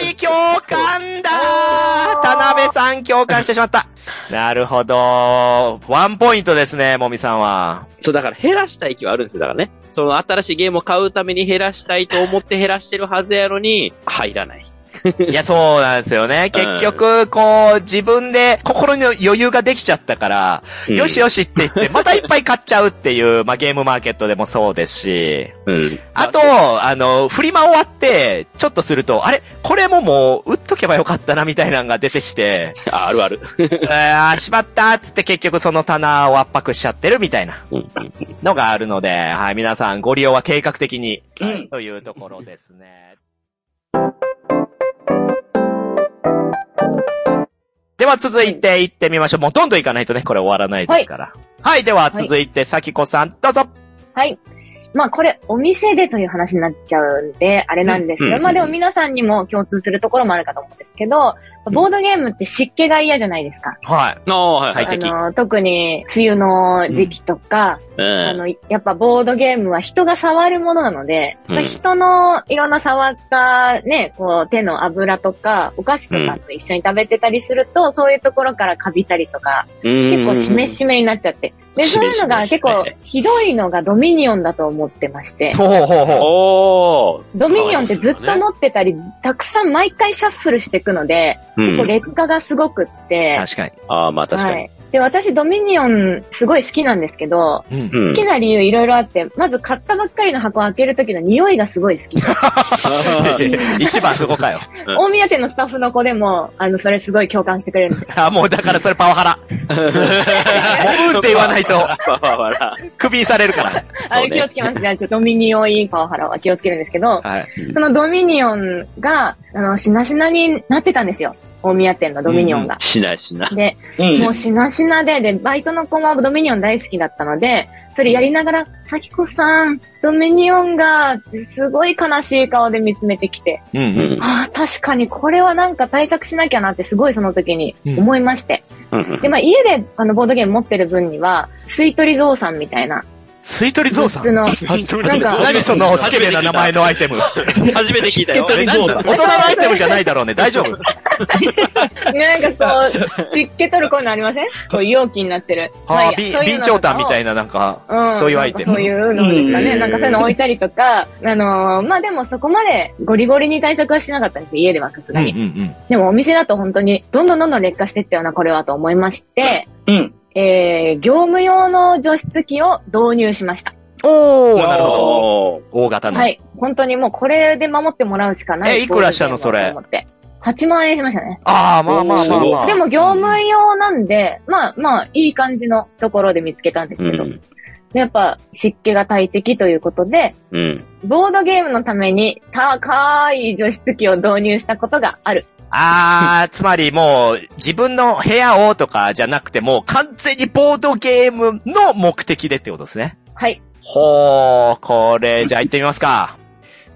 B: 感だー田辺さん共感してしまった。なるほど。ワンポイントですね、もみさんは。
C: そう、だから減らしたい気はあるんですよ、だからね。その新しいゲームを買うために減らしたいと思って減らしてるはずやのに、入らない。
B: いや、そうなんですよ ね。結局、こう、自分で心の余裕ができちゃったから、よし
C: よ。
B: よしって言って、またいっぱい買っちゃうっていう、まあ、ゲームマーケットでもそうですし、
C: うん。
B: あと、あの、フリマ終わって、ちょっとすると、あれこれももう、売っとけばよかったな、みたいなのが出てきて、
C: あ、あるある。
B: あー、しまったーっつって結局その棚を圧迫しちゃってるみたいな
C: うん
B: のがあるので、はい、皆さんご利用は計画的に、
D: うん
B: というところですね。では続いて行ってみましょう。もうどんどん行かないとね、これ終わらないですから。はい、では続いて、さきこさん、どうぞ
A: はい。まあこれ、お店でという話になっちゃうんで、あれなんですけ
C: うんう
A: ど、
C: ん
A: まあでも皆さんにも共通するところもあるかと思うんですけど、ボードゲームって湿気が嫌じゃないですか。
B: はい。
C: ああ、はい。
B: 快
A: あ
B: 適。
A: の、特に梅雨の時期とか、あ
C: うん。
A: の、やっぱボードゲームは人が触るものなので、
C: うん
A: まあ人のいろんな触ったね、こう手の油とか、お菓子とかと一緒に食べてたりすると、そういうところからカビたりとか、結
C: 結
A: 構しめしめになっちゃって。で、
C: し
A: そうい
C: めしめ
A: うのが結
C: はい
A: 構
C: はい
A: ひどいのがドミニオンだと思ってまして、
B: ほうほうほう。
C: おー。
A: ドミニオンってずっと持ってたり、たくさん毎回シャッフルしていくので、結構
C: うん
A: 劣化がすごくって、
B: 確かに。
C: ああ、まあ確か
A: は
C: に。
A: い。で、私ドミニオンすごい好きなんですけど、
B: うん
C: うん
A: 好きな理由いろいろあって、まず買ったばっかりの箱を開けるときの匂いがすごい好き。
B: 一番そこかよ。
A: 大宮店のスタッフの子でも、あの、それすごい共感してくれるんです。
B: あ、もうだからそれパワ ハラ。モブって言わな いと、
C: わわわら。
B: クビにされるから。
A: あ
C: そ
A: れ
C: うね
A: 気をつけます。じゃあ、ちょっとドミニオンいいパワハラは気をつけるんですけど、
B: はい。
A: そのドミニオンが、あの、しなしなになってたんですよ。大宮店のドミニオンが。
C: しないしない。
A: で、
D: うん。
A: もうしなしなで、で、バイトの子もドミニオン大好きだったので、それやりながら、さきこさん、ドミニオンが、すごい悲しい顔で見つめてきて、
B: うん
C: う。ん。
A: ああ、確かにこれはなんか対策しなきゃなってすごいその時に思いまして。
C: うん
A: で、まあ家であのボードゲーム持ってる分には、水取りゾウさんみたいな。
B: 吸い取りゾウさ
A: 普通
B: ん。
A: の。なんか、
B: 何そのスケベな名前のアイテ ム。大
C: 初めて聞いたよ。
D: 受け取りどうだ
B: 人のアイテムじゃないだろうね。大丈夫。
A: なんかこう、湿気取るこういうのありませんこう容器になってる。
B: ああ、ビ、ビンチョータンみた
A: い
B: いななんか、
A: な
B: そういうアイテム
A: そういうのですか
C: う
A: ね。
C: ん
A: なんかそういうの置いたりとか、あのーまあでもそこまでゴリゴリに対策はしなかったんですよ家ではさす
B: うん
A: が
B: うん
A: に。
B: うん。
A: でもお店だと本当に、どんどんどんどん劣化してっちゃうな、これはと思いまして、
D: うん。
A: えー、業務用の除湿機を導入しました。
B: おー、
D: ー
B: なるほど。
C: おー。
B: 大型の。
A: はい。本当にもうこれで守ってもらうしかない。
B: えいくらしたのそれ
A: と思って。8万円しましたね。
B: ああ、まあまあまあまあ。
A: でも業務用なんで、まあまあ、いい感じのところで見つけたんです
C: う
A: けど、
C: ん。
A: でやっぱ湿気が大敵ということで、
C: うん。
A: ボードゲームのために高い除湿機を導入したことがある。
B: あー、つまりもう、自分の部屋をとかじゃなくて、もう完全にボードゲームの目的でってことですね。
A: はい。
B: ほー、これ、じゃあ行ってみますか。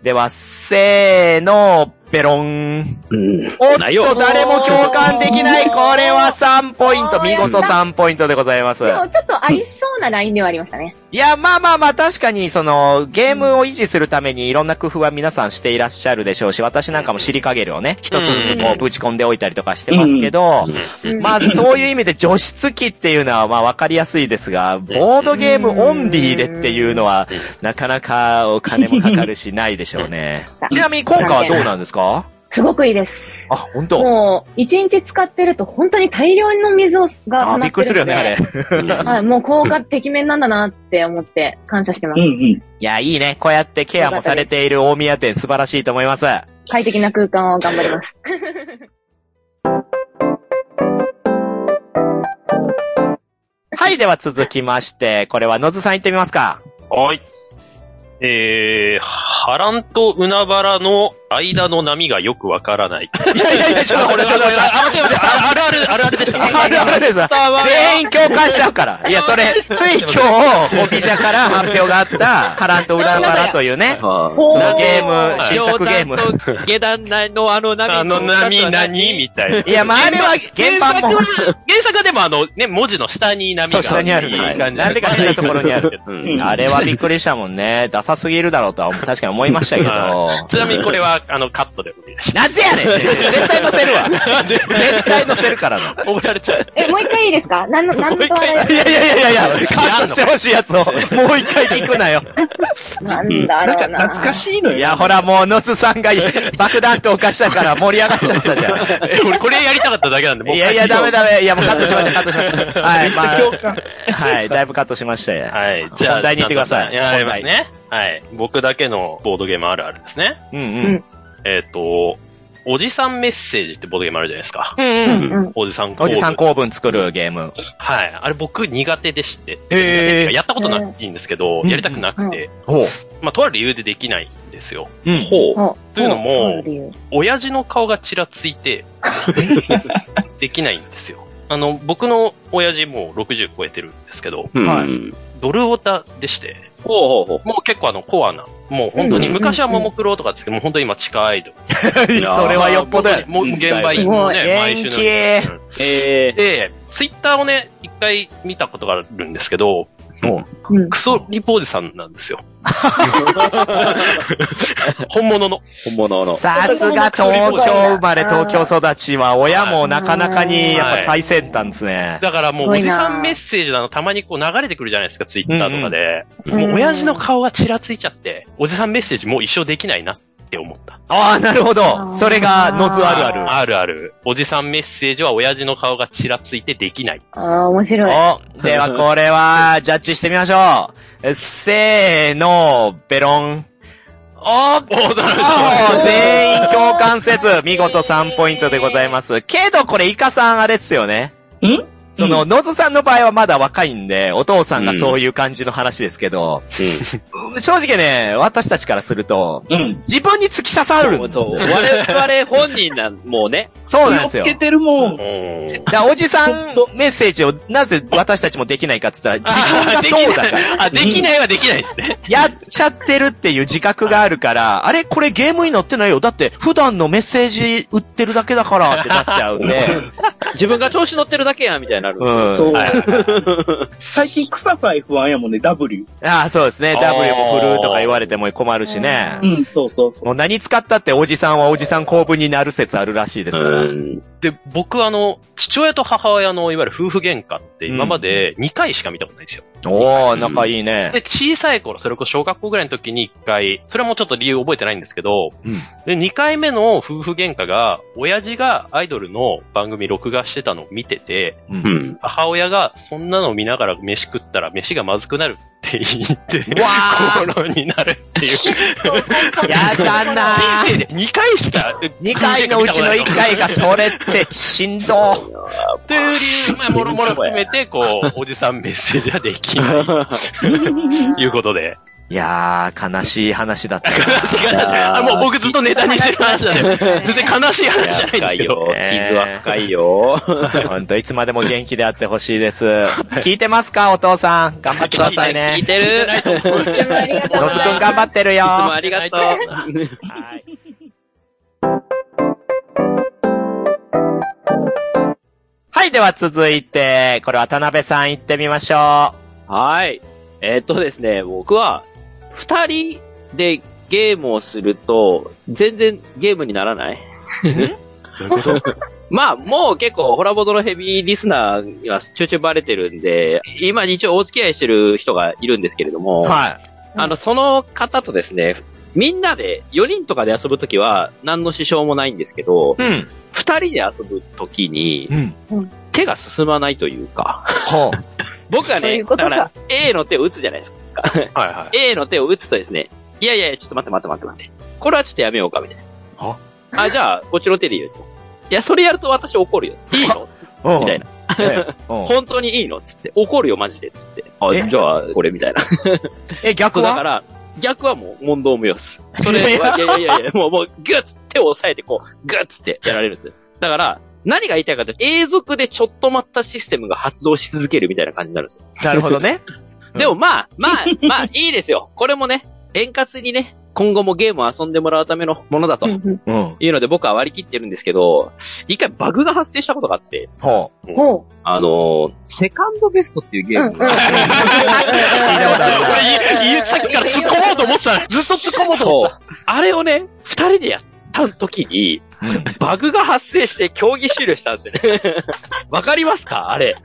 B: では、せーの、ペロン。
C: うん。
B: おっと、
C: ないよ
B: 誰も共感できない。これは3ポイント。見事3ポイントでございます。
A: でもちょっとありそうなラインではありましたね。
B: いや、まあまあまあ、確かに、その、ゲームを維持するためにいろんな工夫は皆さんしていらっしゃるでしょうし、私なんかも尻影をね、一つずつこうぶち込んでおいたりとかしてますけど、
A: うん
B: まあ、そういう意味で除湿機っていうのはまあわかりやすいですが、ボードゲームオンリーでっていうのは、なかなかお金もかかるしないでしょうね。ちなみに効果はどうなんですか
A: すごくいいです。
B: あ、本当
A: もう、一日使ってると本当に大量の水をが溜ま
B: あ、びっ
A: っ
B: く
A: て
B: りする
A: る
B: よ
A: ので
B: ね、あれ。
A: はい、もう効果てきめんなんだなって思って感謝してま
D: う
A: す
D: ん。うん。
B: いや、いいね。こうやってケアもされている大宮店素晴らしいと思います。
A: 快適な空間を頑張ります。
B: はい、では続きまして、これは野津さん行ってみますか。
E: はい。えー、波乱と海原の間の波がよくわからない。
B: いやいやいや、 ちょっと
E: これ
B: 俺
E: は、こ
B: ちょっと
E: れ
B: 待って。
E: は、あ、すいませんああるある、あるあるでした。
B: あれあれです。全員共感しちゃうから。いや、それ、つい今日、ホビジャから発表があった、ハランとウランバラというね、
C: は
B: そのゲーム、
C: い
B: 新作ゲー
F: 上
B: ム。
F: 段と下段内のあの波
E: あの波何みたいな。
B: いや、まあ、あれは原版も
E: 原、作は原作はでもあの、ね、文字の下に波
B: そう、
E: が。
B: 下にある
E: いい感じ
B: なんでか下のところにある。
C: うん
B: うんあれはびっくりしたもんね。ダサすぎるだろうとは、確かに思いましたけど。
E: ちなみにこれは、あの、カットで。
B: なんでやねん絶対載せるわ絶対載せるからな。
E: 怒られちゃう。
A: え、もう一回いいですかなんの、なんとあ
B: い
A: れ、
B: やいやいやいやいや、カットしてほしいやつを、もう一回聞くなよ。
A: なんだ
D: なん
A: ろ
D: か
A: うな。
D: 懐かしいのよ。
B: いや、ほら、もう、ノスさんが爆弾投下したから盛り上がっちゃったじゃ
E: え俺、これやりたかっただけなんで、も
B: ん。
E: う
B: い
E: 一
B: や
E: 回。
B: いや、ダメダメ。いや、もうカットしました、カットしました。はい、
D: めっちゃ共
B: ま
D: 感。
B: あ、はい、だいぶカットしましたよ。
E: はい。じゃあ、
B: 本題に行ってください
E: やりますね。はい。僕だけのボードゲームあるあるですね。
B: うんう
A: うんん。
E: えっ、と、おじさんメッセージってボードゲームあるじゃないですか。
B: うん
A: う
B: うん。
A: んうん。
E: おじさん
B: おじさん公文作るゲーム。
E: はい。あれ僕苦手でして。
B: へえ。
E: やったことないんですけど、
B: うん
E: やりたくなくて、
B: ほう。
E: まあ、とある理由でできないんですよ。
B: うん。
E: ほう。
A: ほ
E: というのも
A: ほ理由
E: 親父の顔がちらついて、 できないんですよ。あの、僕の親父もう60超えてるんですけど、
C: うん
B: はい
E: ドルオタでして、
C: ほうほうほう。
E: もう結構あの、コアな、もう本当に、
A: うん
E: 昔はももクロとかですけど、もう本当に今地下アイドル。
B: それはよっぽどや。
E: もう現場
A: す
E: 行
A: ご
E: っ
A: い
E: てね、毎週のように。うん
C: ええ
E: で、ツイッターをね、一回見たことがあるんですけど、
A: うん
E: クソリポージさんなんで すよ。本物の。
C: 本物の。
B: さすが東京生まれ東京育ちは、親もなかなかにやっぱ最先端ですね。
E: だから
A: す
E: もう
A: ご
E: お
A: い
E: じ
A: な
E: さんメッセージなのたまにこう流れてくるじゃないですか、ツイッターとかで。
A: うん
E: もう親父の顔がちらついちゃって、おじさんメッセージもう一生できないなって思った。
B: ああ、なるほど。それがノズあるある。
E: あるある。おじさんメッセージは親父の顔がちらついてできない。
A: ああ、面白い。
B: お、ではこれは、ジャッジしてみましょう。せーの、ベロン。お
E: おー、なる
B: お全員共感せず、見事3ポイントでございます。けどこれ、イカさんあれっすよね。
D: ん
B: その、ノズさんの場合はまだ若いんで、お父さんがそういう感じの話ですけど、正直ね、私たちからすると、
D: うん。
B: 自分に突き刺さるんです
C: そ
B: よ。
C: う。我々本人なん、もうね。
B: そうなん
D: 気
B: で
D: を
B: す
D: つ
B: よ。
D: けてるもん。
B: だからおじさんメッセージをなぜ私たちもできないかって言ったら、自分がそうだから。
E: あ、できないはできないですね。
B: やっちゃってるっていう自覚があるから、あれこれゲームに載ってないよ。だって普段のメッセージ売ってるだけだからってなっちゃうんで。
C: 自分が調子乗ってるだけやん、みたいになる。
B: うん。
D: そう
E: はいはいはい。
D: 最近草さえ不安やもんね、W。
B: ああ、そうですね。
E: あー
B: W も振るとか言われても困るしね
D: う。ん、そうそう そう。
B: もう何使ったっておじさんはおじさん公文になる説あるらしいですから。
C: ん。
E: で、僕あの、父親と母親のいわゆる夫婦喧嘩って今まで2回しか見たことないんですよ。
B: おー、仲いい ね。
E: で、小さい頃、それこそ小学校ぐらいの時に1回、それはもうちょっと理由覚えてないんですけど、
B: うん
E: で、2回目の夫婦喧嘩が、親父がアイドルの番組録画してたのを見てて、
B: うん
C: うん。
E: 母親がそんなの見ながら飯食ったら飯がまずくなるって言って、
B: うわ
E: 心になるって いう。
B: ー、やだな
E: 人
B: ー。
E: 生で2回しか、
B: 2回のうちの1回がそれってしんど。
E: という理由、まあ、もろもろ含めて、こう、おじさんメッセージはで きないということで。
B: いやー、悲しい話だったな。
E: 違う違うあ、もう僕ずっとネタにしてる話だね。全然悲しい
C: い
E: 話じ
C: や
E: ゃないんで
C: 深
E: す
C: い
E: けど。
C: よ。傷は深いよ。
B: ほんと、いつまでも元気であってほしいです。聞いてますかお父さん。頑張ってくださ
C: 聞
B: い
C: い
B: ね。
C: てる。
A: でもありがとうご
B: のず
A: ざいま
B: く
A: す
B: ん頑張ってるよ。
C: いつもありがとう。
B: はいでは続いて、これ渡辺さん行ってみましょ
C: はい。えーっとですね、僕は、二人でゲームをすると、全然ゲームにならない。まあ、もう結構、ホラボドのヘビーリスナーにはちょいちょいバレてるんで、今一応お付き合いしてる人がいるんですけれども、
B: う。はい。
C: あの、その方とですね、みんなで、4人とかで遊ぶときは、何の支障もないんですけど、
B: うん。
C: 2人で遊ぶときに、
B: うん。
C: 手が進まないというか、
B: ほう。
C: 僕は
A: そうい
C: ね、
A: うことか
C: だから、A の手を打つじゃないですか。
E: はいは
C: A の手を打つとですね、いやいやいや、ちょっと待って待って待って待って。これはちょっとやめようか、みたいな
B: は。
C: あ、じゃあ、こっちの手でいいですよ。いや、それやると私怒るよ。いいの
B: うん。
C: みたいな。
B: ええ。うん
C: 本当にいいのつって。怒るよ、マジで。つって。あ、
B: え
C: じゃあ、これ、みたいな。
B: え、逆
C: そうだか
B: は
C: ら、逆はもう問答無用です。それ
B: いやいや
C: は、いやいやいや、もう、もう、ぐっつって手を押さえて、こう、ぐっつってやられるんですよ。だから、何が言いたいかというと、永続でちょっと待ったシステムが発動し続けるみたいな感じになるんですよ。
B: なるほどね。うん
C: でもまあ、まあ、まあ、いいですよ。これもね、円滑にね、今後もゲームを遊んでもらうためのものだと
A: う。んうん
B: うん。
C: いうので僕は割り切ってるんですけど、一回バグが発生したことがあって、
B: ほう。
A: ほう。
C: あのーセカンドベストっていうゲームが、
E: い。俺、家さっきから突っ込もうと思ってた。ずっと突っ込もうと思
C: そ
E: って
C: う。あれをね、二人でやった時に、バグが発生して競技終了したんですよね。わかりますかあれ。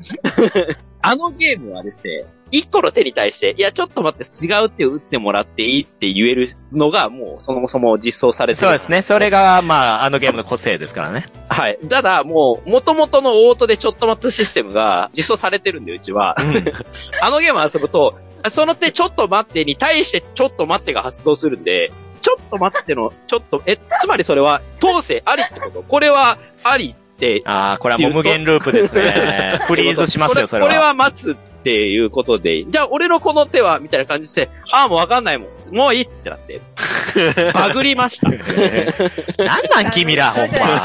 C: あのゲームはですね、一個の手に対して、いや、ちょっと待って、違うって打ってもらっていいって言えるのが、もう、そもそも実装されてる
B: そうですね。それが、まあ、あのゲームの個性ですからね。
C: はい。ただ、もう、元々のオートでちょっと待ったシステムが実装されてるんで、うちは。あのゲーム遊ぶと、その手ちょっと待ってに対してちょっと待ってが発動するんで、ちょっと待っての、ちょっと、え、つまりそれは、当世ありってことこれは、ありって、
B: ああ、これはもう無限ループで すね。フリーズしますよ、それ
C: これ
B: は。
C: は待つっていうことで、じゃあ俺のこの手は、みたいな感じで、ああ、もうわかんないもん。もういいっつってな って。バグりました。
B: なんなん 君ら、ほんま。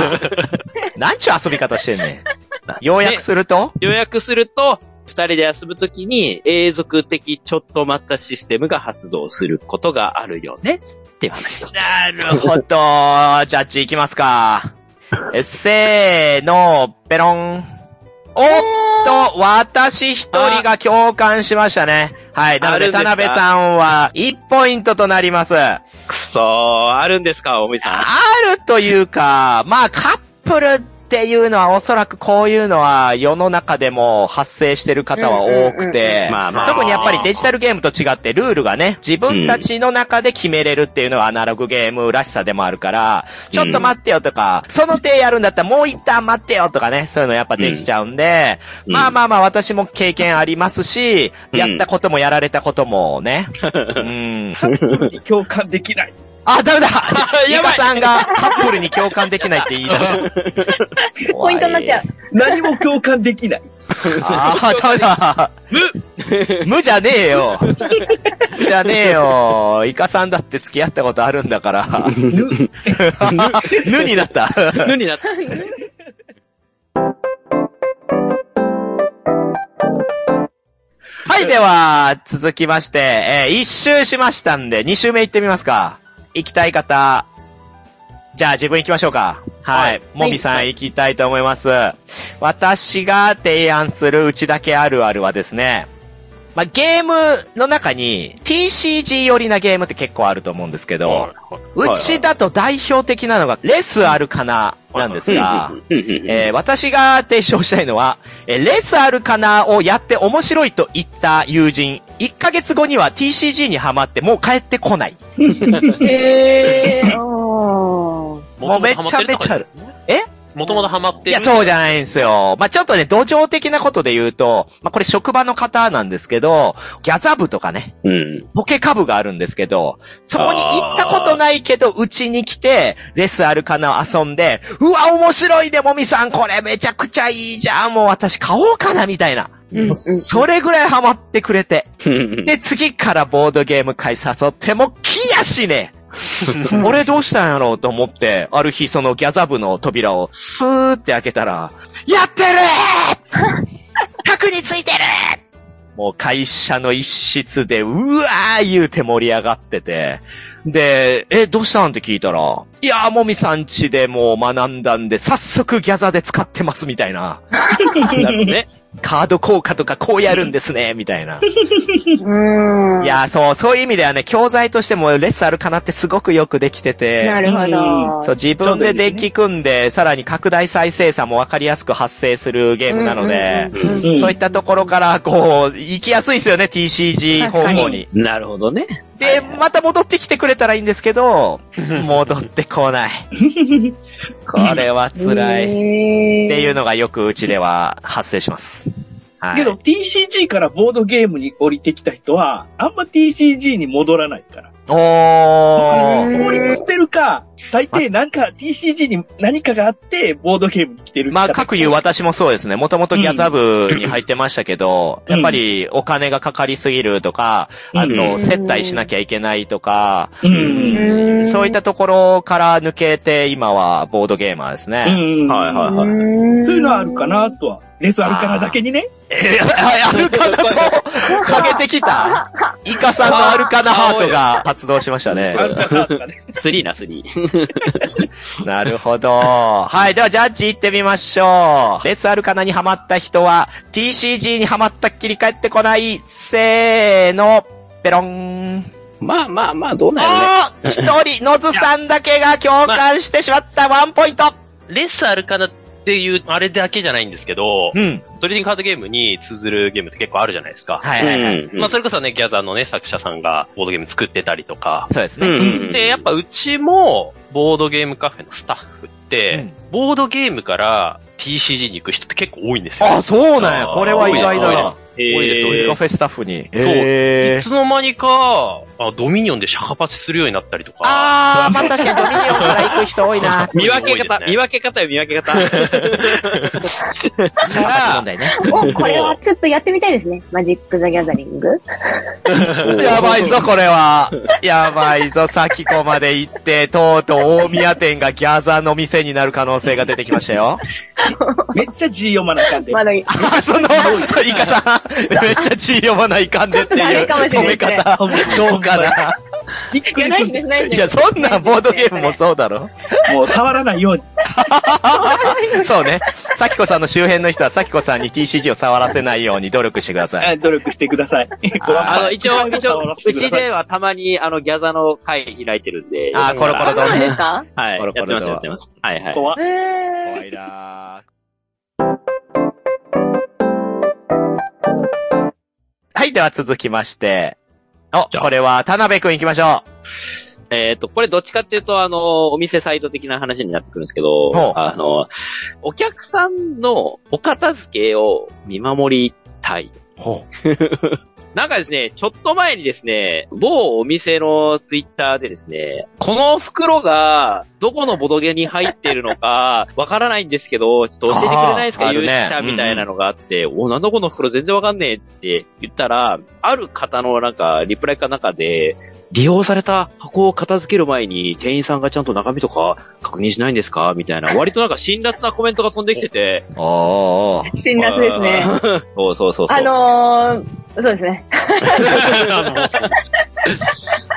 B: なんちゅう遊び方してんねん。要約すると
C: 予約すると、二人で遊ぶときに永続的ちょっと待ったシステムが発動することがあるよね。っていう話です。
B: なるほど。 ジャッジいきますか。えせーの、ペロン。おっと、私一人が共感しましたね。はい。なの
C: あ
B: で、
C: るんです
B: 田
C: か
B: 辺さんは1ポイントとなります。あ
C: くそー、あるんですか、おみさん。
B: るというか、まあ、カップルっていうのはおそらくこういうのは世の中でも発生してる方は多くて、
C: まあまあ。
B: 特にやっぱりデジタルゲームと違ってルールがね、自分たちの中で決めれるっていうのはアナログゲームらしさでもあるから、ちょっと待ってよとか、その手やるんだったらもう一旦待ってよとかね、そういうのやっぱできちゃうんで、
C: うん
B: まあまあまあ私も経験ありますし、
C: うん
B: やったこともやられたこともね。うん。
D: カップルに共感できない。
B: あ、ダメだ ゆ
C: やば
B: か
C: い
B: さんがカップルに共感できないって言い出し た。
A: ポイントになっちゃう。
D: 何も共感できない。
B: ああ、ダメだ。無無じゃねえよ。無じゃねえよ。イカさんだって付き合ったことあるんだ から。
D: ぬ、
B: ぬになった。
C: 無になった。
B: はい、では、続きまして、えー一周しましたんで、二周目行ってみますか。行きたい方。じゃあ、自分行きましょうか。はい。もみさん行きたいと思います。私が提案するうちだけあるあるはですね、まあ、ゲームの中に TCG 寄りなゲームって結構あると思うんですけど、うちだと代表的なのが、レスあるかな、なんですが、えー私が提唱したいのは、えーレスあるかなをやって面白いと言った友人、1ヶ月後には TCG にハマってもう帰ってこない。
A: へぇー。おー
B: もうめちゃめちゃある。え
E: もともとハマっ
B: い
E: てる
B: や、そうじゃないんですよ。まあ、ちょっとね、土壌的なことで言うと、まあ、これ職場の方なんですけど、ギャザ部とかね、
C: うん。
B: ポケカブがあるんですけど、そこに行ったことないけど、うちに来て、レスアルカナを遊んで、うわ、面白いで、もみさん、これめちゃくちゃいいじゃん、もう私買おうかな、みたいな。
A: うんうん
B: それぐらいハマってくれて。で、次からボードゲーム会誘っても、来やしねえ俺どうしたんやろうと思って、ある日そのギャザブの扉をスーって開けたら、やってるー卓についてるーもう会社の一室で、うわー言うて盛り上がってて。で、え、どうしたんって聞いた ら、いやー、もみさんちでもう学んだんで、早速ギャザで使ってますみたいな。
C: なるほどね。
B: カード効果とかこうやるんですね、みたいな。
A: うん。
B: いやー、そう、そういう意味ではね、教材としてもレッスあるかなってすごくよくできて
A: な
B: て、
A: るほ
B: そ
D: う
B: う、
A: ど。
B: 自分でデッキ組んで、さらに拡大再生産もわかりやすく発生するゲームなので、
A: うんうんうん
D: うん
B: そういったところから、こう、行きやすいですよね、TCG 方向に。
C: なるほどね。
B: で、また戻ってきてくれたらいいんです けど、戻ってこない。これは辛い。っ
A: い
B: ていうのがよくうちでは発生します。はい。
D: けど、TCG からボードゲームに降りてきた人は、あんま TCG に戻らないから。
B: おー。
A: うん
D: 法律してるか、大抵なんか TCG に何かがあって、ボードゲームに来てる
B: まあ、各言う
D: は。
B: 私もそうですね。もともとギャザブに入ってましたけど、
D: うん
B: やっぱりお金がかかりすぎるとか、あ
A: うん
B: と、接待しなきゃいけないとか、
D: う。
A: うんん
B: そういったところから抜けて、今はボードゲーマーです
D: う
B: ね。
D: ん。
C: はいはいはい。
A: い
D: そういうのはあるかなとは。レスあるかなだけにね。
B: え あアルカナと、かけてきた。イカさんのアルカナハートが発動しましたね。
D: あるかなとかね。
C: スリーな、スリー。
B: なるほど。はい。では、ジャッジ行ってみましょう。レスアルカナにハマった人は、TCG にハマったっきり帰ってこない。せーの。ペロン。
C: まあまあまあ、どうなるね。
B: あー一人、ノズさんだけが共感してしまったワンポイント。
E: レッスあるかなっていう、あれだけじゃないんですけど、
B: うん。
E: トレーディングカードゲームに通ずるゲームって結構あるじゃないですか。
B: はいはいはい。
C: うん
E: まあ、それこそね、ギャザーのね、作者さんがボードゲーム作ってたりとか。
B: そうです
C: う
B: ね。
C: ん。
E: で、やっぱうちも、ボードゲームカフェのスタッフって、ボードゲームから TCG に行く人って結構多いんですよ。
B: あ、そうなんや。これは意外だ
E: 多い
B: な
E: で。す
C: えー
E: 多いです、多い
B: カ
E: で
B: フェスタッフに。
E: そう
B: へ
E: す。
B: ー
E: いつの間にか、あドミニオンでシャカパチするようになったりとか。
B: あー、まあ、確かにドミニオンから行く人多いな。
C: 見分け方、
E: 多いですね
C: 見分け方よ、見分け方。
B: シャワーパチ問題ね。
A: お、これはちょっとやってみたいですね。マジック・ザ・ギャザリング。
B: やばいぞ、これは。やばいぞ、先子まで行って、とうとう大宮店がギャザーの店になる可能性が出てきましたよ。
D: めっちゃ G 読まなあかんで。
A: まだ、
B: あー、その、イカさん、めっちゃ血読まないかんでって
A: ち
B: い
A: ょ
B: う
A: っとあれかもしれ
B: 止
A: な
B: め
A: いですね
B: 方、どうかな。
D: びっく
A: いや、
D: り
A: な
D: く
A: い
D: んで
A: です、ないで
B: い
A: す。
B: や、そんなボードゲームもそうだろ。
D: もう触らないように。
B: そうね。さきこさんの周辺の人はさきこさんに TCG を触らせないように努力してください。
D: あ努力してください。
C: あの、一応、一応、うちで
D: は。
C: はたまに、あの、ギャザの会開いてるんで。
B: あー、コロコロ
A: あ、
B: ド
A: そうなんで
B: ね。
A: すか
C: はい。や
B: コロ
C: って
B: コロ
C: ま
B: だ
C: す、
B: わ
C: やってます。はいはい。
D: 怖
A: えー
B: 怖いなーはい、では続きまして。お、これは田辺くん行きましょ
C: えっ、と、これどっちかっていうと、あの、お店サイド的な話になってくるんですけ
B: ほう
C: ど、あの、お客さんのお片付けを見守りたい。
B: う。ほ
C: なんかですね、ちょっと前にですね、某お店のツイッターでですね、この袋がどこのボドゲに入ってるの かわからないんですけど、ちょっと教えてくれないです
B: あー
C: か、
B: あ
C: 勇
B: るね
C: 者みたいなのがあって、お、なんだこの袋全然わかんねえって言ったら、ある方のなんか、リプライかなんかで、利用された箱を片付ける前に店員さんがちゃんと中身とか確認しないんですかみたいな、割となんか辛辣なコメントが飛んできてて。
B: う。おーおー。
A: 辛辣ですね。
C: そうそうそうそう。
A: あのー、そうですね。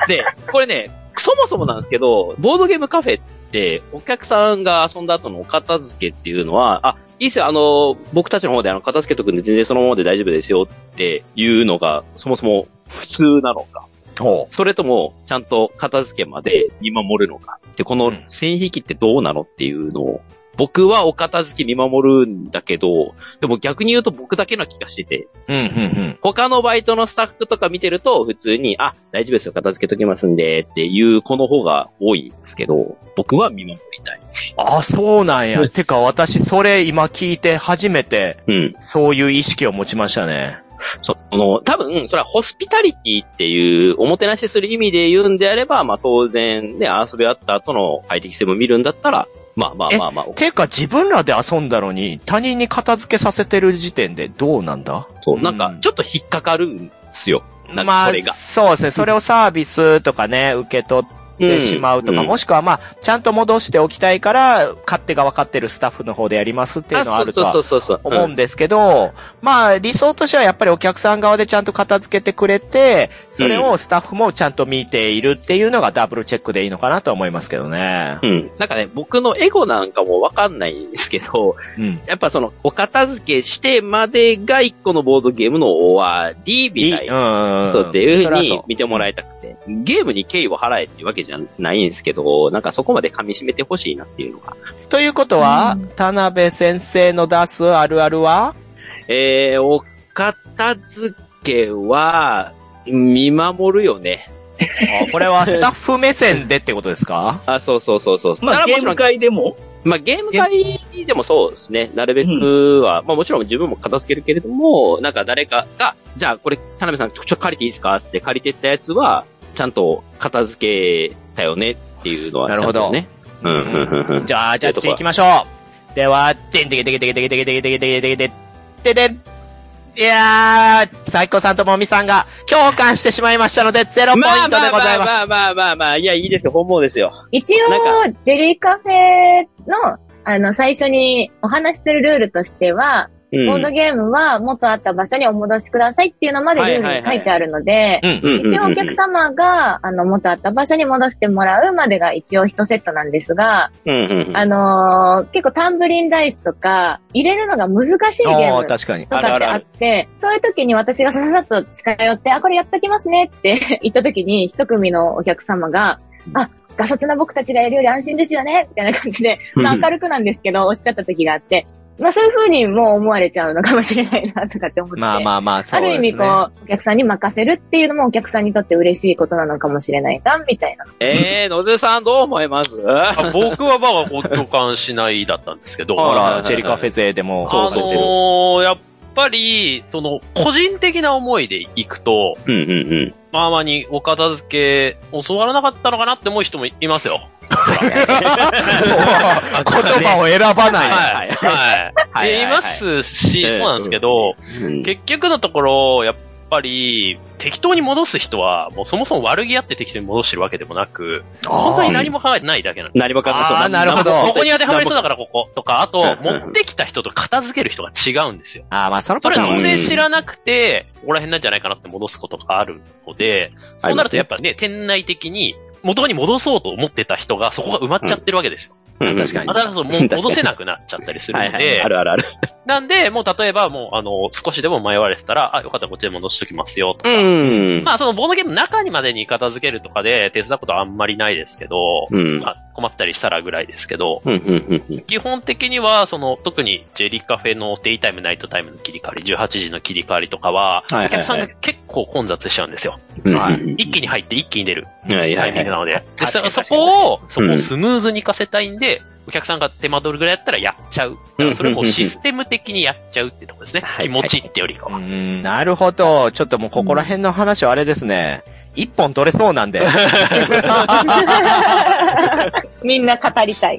C: で、これね、そもそもなんですけど、ボードゲームカフェって、お客さんが遊んだ後のお片付けっていうのは、あ、いいっすよ、あの、僕たちの方であの、片付けとくんで全然そのままで大丈夫ですよっていうのが、そもそも普通なのか。
B: ほ
C: それとも、ちゃんと片付けまで見守るのか。で、この
B: うん
C: 線引きってどうなのっていうのを、僕はお片付け見守るんだけど、でも逆に言うと僕だけな気がしてて、
B: う。うん、うん、うん。
C: 他のバイトのスタッフとか見てると、普通に、あ、大丈夫ですよ、片付けときますんで、っていう子の方が多いんですけど、僕は見守りたい。
B: あ、そうなんや。てか私、それ今聞いて初めて、
C: うん。
B: そういう意識を持ちましたね。
C: その、多分、それはホスピタリティっていう、おもてなしする意味で言うんであれば、まあ当然ね、遊び終わった後の快適性も見るんだったら、まあまあまあまあ、
B: てか自分らで遊んだのに、他人に片付けさせてる時点でどうなんだ
C: そう、なん
B: う
C: か
B: ん、
C: ちょっと引っかかるんですよ。なん
B: ま
C: か、
B: あ
C: それが。
B: そうですね。それをサービスとかね、受け取っってしまうとか、
C: うん
B: もしくはまあ、ちゃんと戻しておきたいから、勝手が分かってるスタッフの方でやりますっていうのはあるとは
C: そうそうそうそう。
B: 思うんですけど、まあ理想としてはやっぱりお客さん側でちゃんと片付けてくれて、それをスタッフもちゃんと見ているっていうのがダブルチェックでいいのかなとは思いますけどね。
C: うん。なんかね、僕のエゴなんかもわかんないんですけど、
B: うん。
C: やっぱその、お片付けしてまでが一個のボードゲームの終わり、みたいな。
B: うん。
C: そうっていう
B: そ
C: ふう
B: りゃ
C: に
B: そ
C: 見てもらいたくて。ゲームに敬意を払えっていうわけじゃないんですけど、なんかそこまで噛み締めてほしいなっていうのが。
B: うということは、田辺先生の出すあるあるは
C: えー、お片付けは、見守るよね。
B: あこれはスタッフ目線でってことですか
C: あ、そうそうそうそう。
D: まあ、
C: だから
D: ゲ
C: もち
D: ー
C: ろん
D: ム会でも、
C: まあ、ゲーム会でもそうですね。なるべくは、まあもちろん自分も片付けるけれども、なんか誰かが、じゃあこれ、田辺さんちょ、ちょ、借りていいですかつって借りてったやつは、ちゃんと片付けたよねっていうのは、
B: なるほど
C: ちゃんとね。うん、うん、うんうん。
B: じゃあ、ジャッジ行きましょう。では、チンテケテケテケテケテケテケテケテケテケテテンいやー、サイコさんともみさんが共感してしまいましたので、ゼロポイントでございます。
C: まあまあまあまあまあまあ、いや、いいですよ、本望ですよ。
A: 一
C: な
A: 応、ジェリーカフェの、あの、最初にお話しするルールとしては、
C: うん。
A: ボードゲームは元あった場所にお戻しくださいっていうのまでルールに書いてあるので、
B: うん
C: うん
A: 一応お客様が、あの、元あった場所に戻してもらうまでが一応一セットなんですが、
C: うんうんうん
A: あのー結構タンブリンダイスとか、入れるのが難しいゲー
B: お
A: ム
B: ー
A: と
B: 確かに。
A: かってあって、そういう時に私がさささっと近寄って、あ、これやっときますねって 言った時に、一組のお客様が、あ、ガサツな僕たちがやるより安心ですよねみたいな感じで、まあ明るくなんですけど、おっしゃった時があって、まあそういう風にもう思われちゃうのかもしれないなとかって思って。
B: まあまあまあ、そ
A: あ
B: うで
A: る意
B: すね。
A: 味こう、お客さんに任せるっていうのもお客さんにとって嬉しいことなのかもしれないな、みたいな。
C: えー、野瀬さんどう思います
E: あ僕はまあ、お共感しないだったんですけど、
B: ほ
C: あ
B: ら、チェリカフェ勢でも、そ
E: あ
B: うされてる。
E: のー、やっぱり、その、個人的な思いで行くと、
C: うんうんうん。
E: まあまあにお片付け、教わらなかったのかなって思う人もいますよ。
B: 言葉を選ばない。
E: はい。はい。
C: はい
E: いますし、
C: ええ
E: そうなんですけど、
C: うん
E: 結局のところ、やっぱり、適当に戻す人は、もうそもそも悪気あって適当に戻してるわけでもなく、本当に何も考えてないだけなんです。
C: 何も考えて
B: あーなるほど
E: ここに当てはまりそうだからこことか、あと
C: うん、
E: 持ってきた人と片付ける人が違うんですよ。
B: ああ、まあ、その
E: そ
B: パ
E: れ
B: ター
E: は
B: ンも
E: 当然知らなくて、ここら辺なんじゃないかなって戻すことがあるので、そうなるとやっぱね、店内的に、元に戻そうと思ってた人が、そこが埋まっちゃってるわけですよ。
C: うん
B: 確かに
E: あだからそのもう戻せなくなっちゃったりする
C: はい
E: の
C: はい。
E: で
C: あ、るあるある。
E: なんで、もう例えばもう、あの、少しでも迷われてたら、あ、よかったらこっちで戻しときますよ、とか。
C: ん
E: まあ、そのボードゲームの中にまでに片付けるとかで手伝うことはあんまりないですけど、
C: うん
E: ま。あ、困ったりしたらぐらいですけど、
C: うんうんうん
E: 基本的には、その、特にジェリーカフェのデイタイム、ナイトタイムの切り替わり、18時の切り替わりとかは、
C: はいはいはい
E: お客さんが結構混雑しちゃうんですよ。
C: うん。
B: はい
C: うん
E: 一気に入って一気に出る
C: うんはい
E: タ
C: は
E: イミン
C: い
E: グ
C: は。
E: ないので。で
B: 確かに
E: そそこを、そこ
C: う
E: を
C: ん
E: スムーズに行かせたいんで、お客さんが手間取るぐらいだったらやっちゃう。だからそれをこうシステム的にやっちゃうってとこですね。
C: はい
E: 気持ちってよりか
B: う
E: は。
B: ん、なるほど。ちょっともうここら辺の話はあれですね。一本取れそうなんで。
A: みんな語り たい。
B: い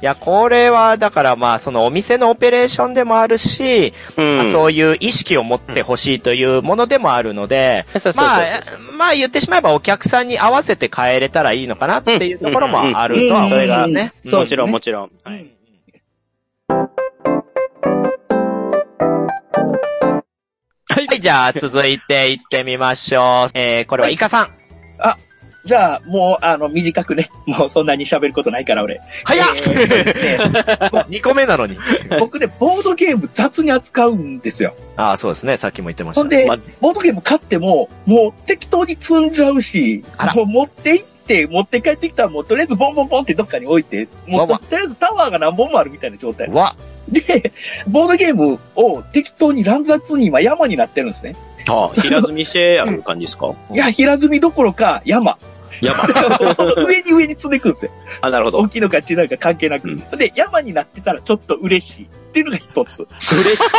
B: や、これは、だからまあ、そのお店のオペレーションでもあるし、
C: うん
B: まあそういう意識を持ってほしいというものでもあるので、
C: そうそうそうそう
B: まあ、まあ言ってしまえばお客さんに合わせて変えれたらいいのかなっていうところもあるとは思いますね。
D: うんうんうんうんそう
C: もちろんもちろん。
D: は
C: はいい。
B: はい、じゃあ続いて行ってみましょう。えー、これはイカ さん。
D: じゃあ、もう、あの、短くね、もうそんなに喋ることないから、俺。
B: 早っ
D: えー
B: !2 個目なのに。
D: 僕ね、ボードゲーム雑に扱うんですよ。
B: ああ、そうですね。さっきも言ってました
D: ほん
B: ね。
D: で
C: まあ、
D: ボードゲーム買っても、もう適当に積んじゃうし
B: あら、
D: もう持って行って、持って帰ってきたら、もうとりあえずボンボンボンってどっかに置いて、も
B: わ
D: うとりあえずタワーが何本もあるみたいな状態。
B: わ、
D: で、ボードゲームを適当に乱雑に今山になってるんですね。
C: あ平積みしてある感じですか
D: いや、平積みどころか 山。
C: 山。
D: その上に上に積んでいくんですよ。
C: あ、なるほど
D: 大。きいのか小さいのか関係なく。
C: うん
D: で、山になってたらちょっと嬉しい。っていうのが一つ。
C: 嬉しい。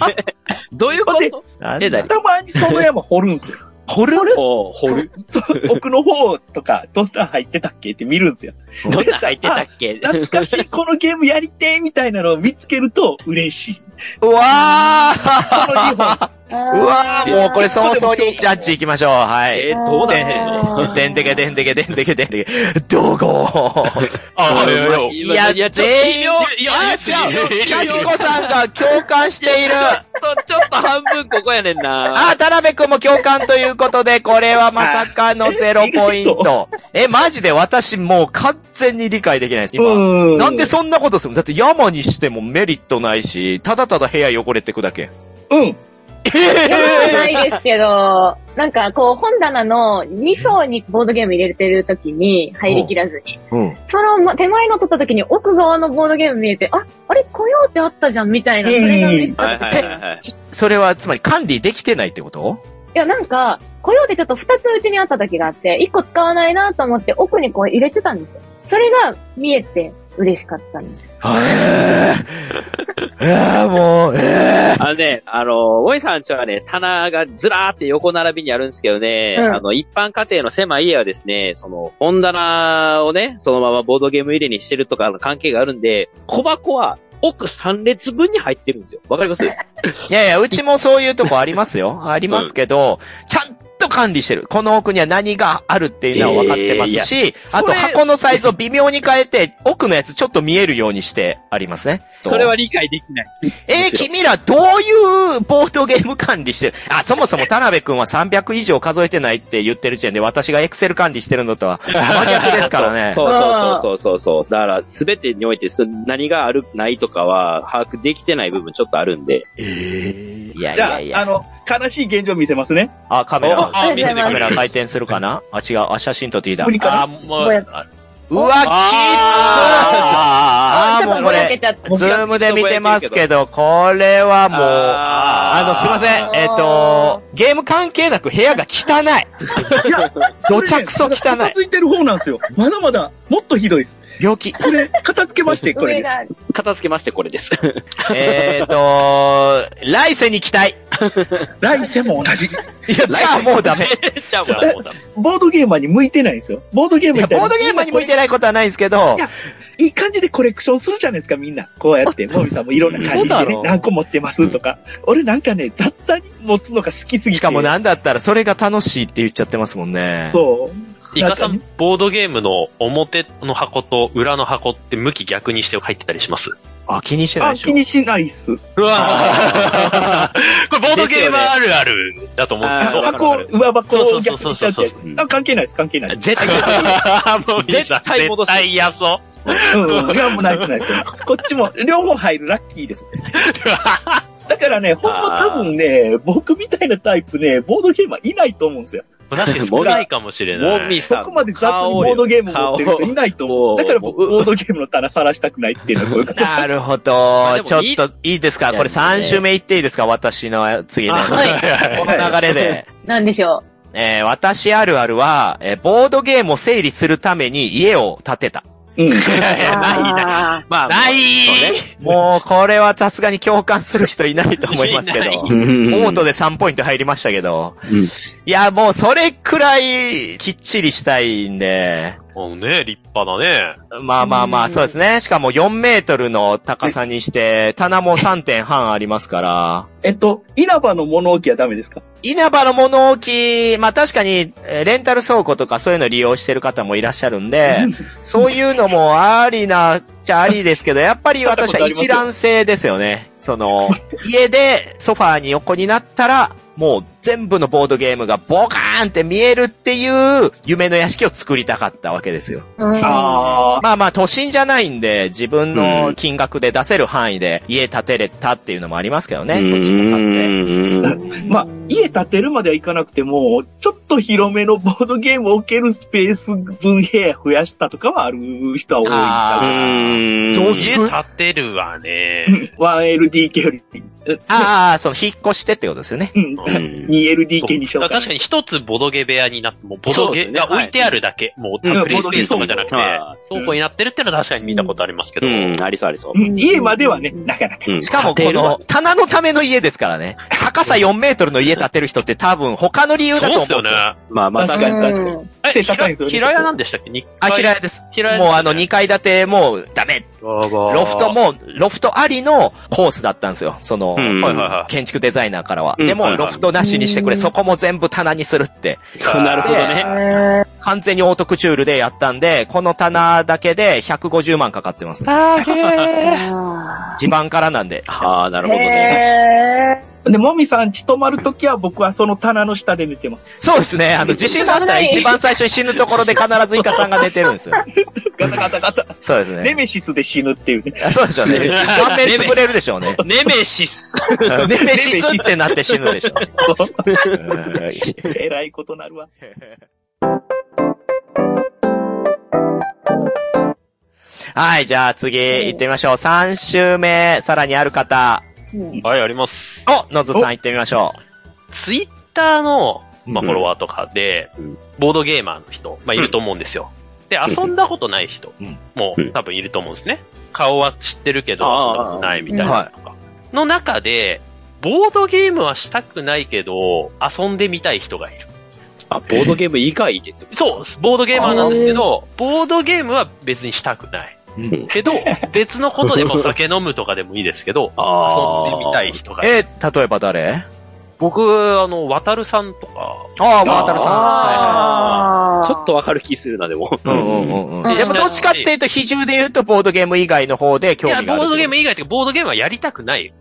C: どういうこ
D: ほんで
C: と
B: なんだ
C: え、だ
D: たまにその山掘るんですよ。
B: 掘る
C: おう掘る。
D: そう奥の方とか、どんなん入ってたっけって見るんですよ。
C: どんなん入ってたっけ
D: 懐かしい、このゲームやりてーみたいなのを見つけると嬉しい。
B: うわー
D: この2本。
B: うわーもうこれ早々にジャッジ行きましょう。はい。
C: えー、どうだ
A: あー
B: でんてけでんてけでんてけでんてけ。どこ
E: あ、いや
B: いや、
E: いや。
C: いやちょ
B: 全員、いや、
E: いや
B: 違う。さ
E: いや
B: きこさんが共感している。
C: ちょっと半分ここやねんな。
B: あ、田辺くんも共感ということで、これはまさかのゼロポイント。え、マジで私もう完全に理解できないです、今。
D: う
B: なんでそんなことするのだって山にしてもメリットないし、ただただ部屋汚れてくだけ。
D: うん。
A: ないですけど、なんかこう本棚の2層にボードゲーム入れてる時に入りきらずに、
B: うん。
A: その手前の取った時に奥側のボードゲーム見えて、あ、あれ、来ようってあったじゃんみたいな、それが嬉し
C: は
A: か
C: い
A: っ
C: は
A: た。
C: い
A: い
C: はいはい。
B: それは、つまり管理できてないってこと
A: や、なんか、来ようってちょっと2つうちにあった時があって、1個使わないなと思って奥にこう入れてたんですよ。それが見えて嬉しかったんです。
B: ええー、もう、え
C: あのね、あの、おいさんちはね、棚がずらーって横並びにあるんですけどね、
A: うん
C: あの、一般家庭の狭い家はですね、その、本棚をね、そのままボードゲーム入れにしてるとかの関係があるんで、小箱は奥3列分に入ってるんですよ。わか ります
B: いやいや、うちもそういうとこありますよ。ありますけど、ちゃんと管理してる。この奥には何があるっていうのは分かってますし、あ
C: それ
B: と箱のサイズを微妙に変えて、奥のやつちょっと見えるようにしてありますね。
C: それは理解できない。
B: えー、君らどういうボードゲーム管理してる あ、そもそも田辺くんは300以上数えてないって言ってる時点で私がエクセル管理してるのとは真 逆ですからね。
C: そうそうそうそうそうそう。だから、すべてにおいて、そ何がある、ないとかは、把握できてない部分ちょっとあるんで。
B: いやい
D: じゃ
B: やいや
D: あ、あ。の、悲しい現状見せますね。
B: あ、カメラ。
A: ありがとうござ
B: カ
A: い
B: メ
A: ます。
B: ラ回転するかなあ、違う。あ、写真撮ってきた。
D: 無理
E: あ、
D: か
E: もう、あ
B: うわ、きっつーあ
A: ち
B: ー
A: ょっ
B: も
A: と
B: う
A: ぼ
B: こ
A: やけ
B: れ、
A: ちゃった。
B: ズームで見てますけど、これはもう、
C: あ
B: あ
C: ー
B: の、すいません
A: あ。ー
B: えっと、ゲーム関係なく部屋が汚い。
D: いや、
B: どちゃくそ
D: これね
B: 汚
D: まだ
B: い。
D: 片付いてる方なんですよ。まだまだ、もっとひどいです。
B: 病気。
D: これ、片付けまして、これ
A: 上
D: で
A: が、
C: 片付けまして、これです。
B: えっと、来世に期待。
D: す。来世も同じ。
B: いや、じゃあもうダメ。
E: じゃあもうダメ。
D: ボードゲーマーに向いてないんですよ。ボードゲー
B: い
D: ム
B: や
D: みたい
B: ボ
D: な。
B: ードゲームに向い
D: い。
B: てないことはないんですけど
D: いや、いい感じでコレクションするじゃないですか、みんな。こうやって、もみさんもいろんな感じ
B: そ
D: で
B: うだろ
D: ね
B: う、
D: 何個持ってますとか。俺なんかね、雑多に持つのが好きすぎて。
B: しかも。なんだったらそれが楽しいって言っちゃってますもんね。
D: そう。
E: イカさん、ボードゲームの表の箱と裏の箱って向き逆にして入ってたりします。
B: あ、気にしてない
D: あ、
B: でし
D: 気
B: ょ。
D: にしないっす。
E: う わこれボードゲームあるあるだと思うんですけ
C: あー
E: ど。
D: 箱、上箱を逆にしちゃっ
E: そうそうそうそう
D: て
E: そ。
D: あ、関係ないです、関係ないです。
C: 絶対
E: もういいじゃん
C: 絶対戻す
E: 絶対嫌そう。
D: うんうん、いや、もうナイスナイス。こっちも、両方入るラッキー です。だからね、ほんま多分ね、僕みたいなタイプね、ボードゲームはいないと思うんですよ。
E: 確かに少ないかもしれな
C: もみ
E: い。
D: そ
C: さん。
D: こまで雑にボードゲーム持ってる人いないと思う。だから僕、
C: 顔を
D: ボードゲームの棚晒したくないっていうのはこういうことなん
B: な
D: です
B: るほ
C: あ
B: ど
C: で。
B: ちょ
C: も
B: っ
C: いい
B: と、いいですかこれ3周目いっていいですか私の次ね。
A: はい
B: この流れで。
A: なんでしょ
B: えー私あるあるは、えーボードゲームを整理するために家を建てた。
E: いや
A: う。
E: ないな。
A: な
C: まあ、
E: ない
C: そうね
B: もう、これはさすがに共感する人いないと思いますけど。
E: い
B: オートで3ポイント入りましたけど。
C: うん
B: いや、もうそれくらいきっちりしたいんで。
E: もうね、立派だね。
B: まあまあま
A: う
B: あ、
A: ん
B: そうですね。しかも4メートルの高さにして、棚も3点半ありますから。
D: えっと、稲葉の物置はダメですか
B: 稲葉の物置、まあ確かに、えーレンタル倉庫とかそういうの利用してる方もいらっしゃるんで、そういうのもありな、じゃありですけど、やっぱり私は一覧性ですよね。その、家でソファーに横になったら、もう全部のボードゲームがボカーンって見えるっていう夢の屋敷を作りたかったわけですよ。
D: あ
B: まあまあ都心じゃないんで、自分の金額で出せる範囲で家建てれたっていうのもありますけどね、土地も建って。
D: ー。まあ、家建てるまではいかなくても、ちょっと広めのボードゲームを置けるスペース分部屋増やしたとかはある人は多いんちゃう
B: 増
E: 家
B: 築
E: 建てるわね。
D: 1LDK より、
B: ああ、その、引っ越してってことですよね。
D: うん、2LDK にしよ
E: だ
D: う
E: から
D: か
E: 確かに一つボドゲ部屋になって、もうボドゲが置いてあるだけ、もう
C: うん
E: プレイスペースとかじゃなくて、
C: ボドゲ倉庫
E: 倉庫になってるってのは確かに見たことありますけど、
C: うん、ありそうありそう
D: う。ん家まではね、なかなか。
B: しかも、この、棚のための家ですからね。高さ4メートルの家建てる人って多分、他の理由
E: そ
B: だ
E: う
B: と思う
E: で
B: ん
E: す
B: です
E: よ
B: よ。
E: ね。
C: まあまあ、
D: 確
A: あ
D: かに確かに
A: うん
E: え
D: 背高いんですよね
E: 平平屋なんでしたっけ二階
B: あ、平屋です。
E: 平屋
B: もうあの2階建てもうダメっロ
E: ロ
B: フト、も、ロフトありのコースだったんですよ。その、
C: うん
E: はいはいは
B: 建築デザイナーからは。
C: うん
B: で
C: はい
B: も、
C: はい
B: ロフトなしにしてくれ、
A: うん
B: そこも全部棚にするって。
E: い。
C: なるほどね。
A: えー
B: 完全にオートクチュールでやったんで、この棚だけで150万かかってます。
A: あ
B: 地盤からなんで。
C: ああ、なる
A: ー
C: ほどね。
A: へ
D: で、もみさん、ちとまるときは僕はその棚の下で寝て ます。
B: そうですね。あの、地震があったら一番最初に死ぬところで必ずイカさんが寝てるんですよ。
D: ガタガタガタ。
B: そうです
D: ネ
B: ね。
D: メシスで死ぬっ ていうね。
B: あそうでしょうね。顔面潰れるでしょうね。
C: ネメシス。
B: ネメシスってなって死ぬでしょう。うん
D: えらいことなるわ。
B: はい、じゃあ次行ってみましょう。3週目、さらにある方。
A: ーうん
E: はい、あります。
B: お、のずさん行ってみましょ
E: ツイッターの、まあ、
C: うん
E: フォロワーとかで
C: うん、
E: ボードゲーマーの人、まあ、いると思うんですよ。で、遊んだことない人
B: うん
E: も
C: うん
E: 多分いると思うんですね。顔は知ってるけど、
C: あ
E: 遊
C: あ
E: んだことないみたいなのとか。の中で、ボードゲームはしたくないけど、遊んでみたい人がいる。
C: あ、ボードゲーム以外でってこと
E: そう、ボードゲーマーなんですけど、ボードゲームは別にしたくない。
B: う。うんん、
E: けど、別のことでも酒飲むとかでもいいですけど、
C: あ
E: 遊んでみたい人がいる。
B: え、例えば誰
E: 僕、あの、渡るさんとか、
B: ああ、ワータルさん。は
A: あー
C: ちょっとわかる気するな、でも。
B: いはい。うんうんうん
A: う
B: うんん。でもどっちかっていうと、比重で言うと、ボードゲーム以外の方で興
E: い
B: 味が
E: や、
B: ある。
E: ボードゲーム以外というか、ボードゲームはやりたくない。
B: やり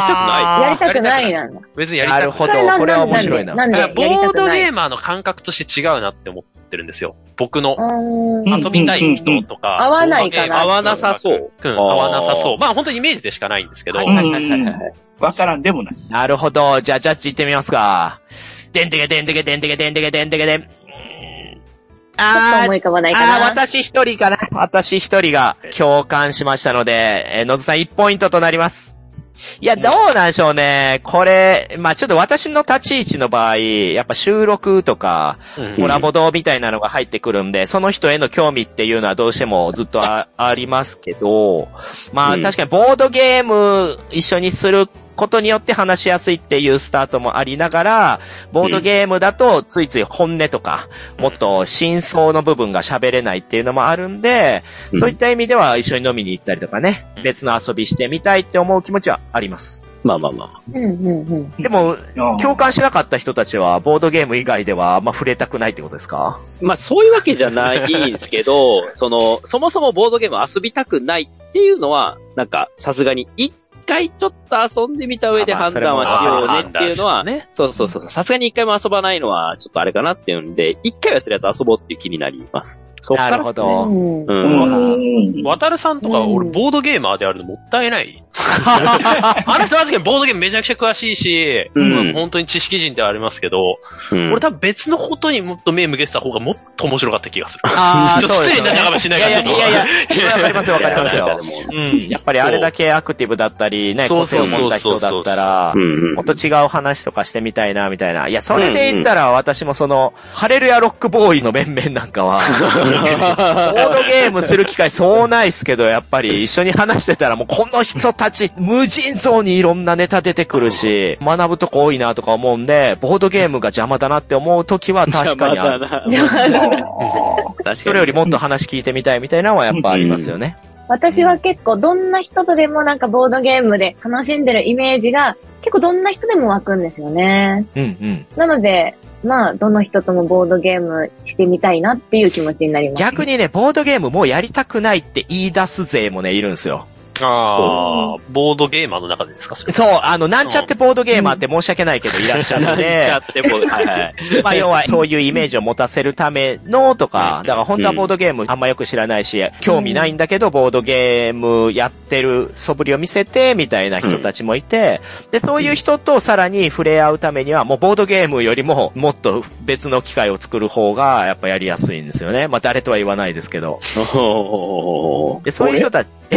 B: たくない。
A: やりたくないなんだ。
E: 別にやり
B: な
E: た
B: る
E: く
B: ほ
A: そ
B: ど。
A: れん
B: これは面白いな。
A: なんで
E: な
A: や
E: い。
A: り
E: ボー
A: たく
E: ド
A: ない
E: ゲーマーの感覚として違うなって思ってるんですよ。僕の
A: うーん
E: 遊びたい人とか。
A: うんうんうん合わないかな
E: ボードゲームの感覚
C: 合わなさそう。
E: うん、合わなさそう。まあ本当にイメージでしかないんですけど。
D: う
E: は
D: ん
E: い
D: うん
E: は
D: う
E: いはいはい。
D: んわからんでもない。
B: なるほど。じゃあ、ジャッジ行ってみますか。でんてけでんてけでんてけでんてけでんてけでん。うーん
A: ちょっと
B: あー
A: 思い浮かばないか
B: あー、
A: な。
B: 私一人かな。私一人が共感しましたので、えーのずさん1ポイントとなります。いや、どうなんでしょうね。これ、まあ、ちょっと私の立ち位置の場合、やっぱ収録とか、
E: うん
B: コラボ動みたいなのが入ってくるんで、その人への興味っていうのはどうしてもずっとあありますけど、ま
C: う
B: あ
C: ん
B: 確かにボードゲーム一緒にすることによって話しやすいっていうスタートもありながら、ボードゲームだとついつい本音とか、もっと真相の部分が喋れないっていうのもあるんで、
C: うん
B: そういった意味では一緒に飲みに行ったりとかね、別の遊びしてみたいって思う気持ちはあります。
C: まあまあまあ。
A: うんうんうん。
B: でも、
D: 今
B: 共感しなかった人たちは、ボードゲーム以外では、まあ、触れたくないってことですか
C: まあそういうわけじゃないんですけ ど、その、そもそもボードゲーム遊びたくないっていうのは、なんか、さすがに、一回ちょっと遊んでみた上で
B: あまあ
C: 判断は
E: そ
C: し
E: れも
C: ようねっていうのは、ね、そうそうそうそう、さすがに一回も遊ばないのは、ちょっとあれかなっていうんで、一回はとりあえず遊ぼうっていう気になります。そっから
B: なる
C: で
B: ほ
C: すね。
B: ど。
A: うん
C: うん。
E: 渡るさんとか、俺、
A: うん
E: ボードゲーマーであるのもった いない。あの人は確かにボードゲームめちゃくちゃ詳しいし、
C: うん
E: 本当に知識人ではありますけど、
C: うん
E: 俺多分別のことにもっと目向けてた方がもっと面白かった気がする。
B: あー
E: ちょっと失礼な
B: ね
E: かもしれ
B: い
E: な
B: や
E: い
B: い
E: け
B: や
E: ど。
B: いやいや、わかり ますよわかります
C: なん
B: よ
C: か。でも
B: うん。やっぱりあれだけアクティブだったり、ね、
E: そう
B: 個性を持った人だったら
C: う、んうん
B: もっと違う話とかしてみたいな、みたいな。いや、それで言ったら、私もその、ハレルヤロックボーイの面々なんか は、ボードゲームする機会そうないっすけど、やっぱり一緒に話してたらもうこの人たち、無尽蔵にいろんなネタ出てくるし、学ぶとこ多いなとか思うんで、ボードゲームが邪魔だなって思う時は確かにあ
C: 邪魔
B: る。
A: じゃあ、
C: だな 確かに。
B: それよりもっと話聞いてみたいみたいなのはやっぱありますよね。
A: 私は結構どんな人とでもなんかボードゲームで楽しんでるイメージが結構どんな人でも湧くんですよね。
B: うんうん。
A: なので、まあ、どの人ともボードゲームしてみたいなっていう気持ちになります。
B: 逆にね、ボードゲームもうやりたくないって言い出す勢もね、いるんですよ。
E: ああ、ボードゲーマーの中でですかそれ
B: そう、あの、なんちゃってボードゲーマーって申し訳 ないけどいらっ しゃるん
C: 言っちゃ
B: で、
C: っても、はいはい。
B: まあ要はそういうイメージを持たせるためのとか、だから本当はボードゲームあんまよく知らないし、興味ないんだけど、ボードゲームやってる素振りを見せて、みたいな人たちもいて、で、そういう人とさらに触れ合うためには、もうボードゲームよりも、もっと別の機会を作る方が、やっぱやりやすいんですよね。まあ誰とは言わないですけど。
C: おー
B: で、そういう人たち、え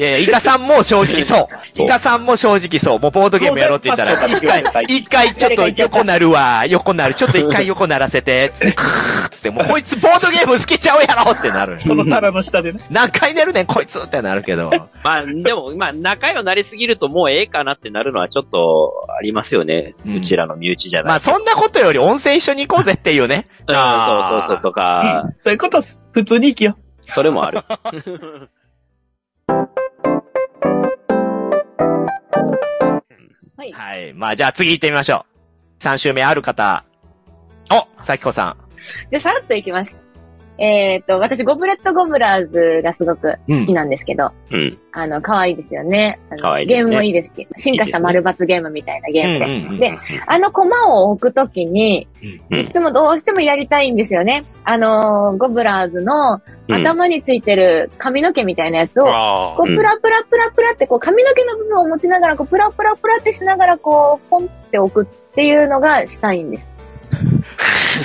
B: いやいや、イカさんも正直そう。イカさんも正直そう。もうボードゲームやろうって言ったら、一回、一回ちょっと横なるわ。横なる。ちょっと一回横ならせて。つって、クーつって、もうこいつボードゲーム好きちゃうやろってなる。
D: この棚の下でね。
B: 何回寝るねん、こいつってなるけど。
C: まあ、でも、まあ、仲良くなりすぎるともうええかなってなるのはちょっとありますよね。
B: うん
C: うちらの身内じゃ
B: ま
C: な
B: あ
C: い。
B: そんなことより温泉一緒に行こうぜっていうね。
C: あ
E: あー
C: そうそうそうとか、
D: そういうことっす、普通に生きよう。
C: それもある。
A: はい。
B: はい。まあ、じゃあ次行ってみましょう。3周目ある方。お、さきこさ
A: じゃあ、さらっといきます。えっ、と、私、ゴブレット・ゴブラーズがすごく
B: ん。う
A: 好き。なんですけど、
C: うん。
A: あの、可愛いですよね。あの
C: 可愛いですね
A: ゲームもいいですし、進化した丸抜ゲームみたいなゲームで。
B: うんうんうん
A: で、あの駒を置くときに、
C: うん
A: いつもどうしてもやりたいんですよね。あのー、ゴブラーズの
C: うん
A: 頭についてる髪の毛みたいなやつを、
E: あ
A: こ
E: あ。
A: う、プラプラプラプラって、こう、髪の毛の部分を持ちながら、こう、プラプラプラってしながら、こう、ポンって置くっていうのがしたいんです。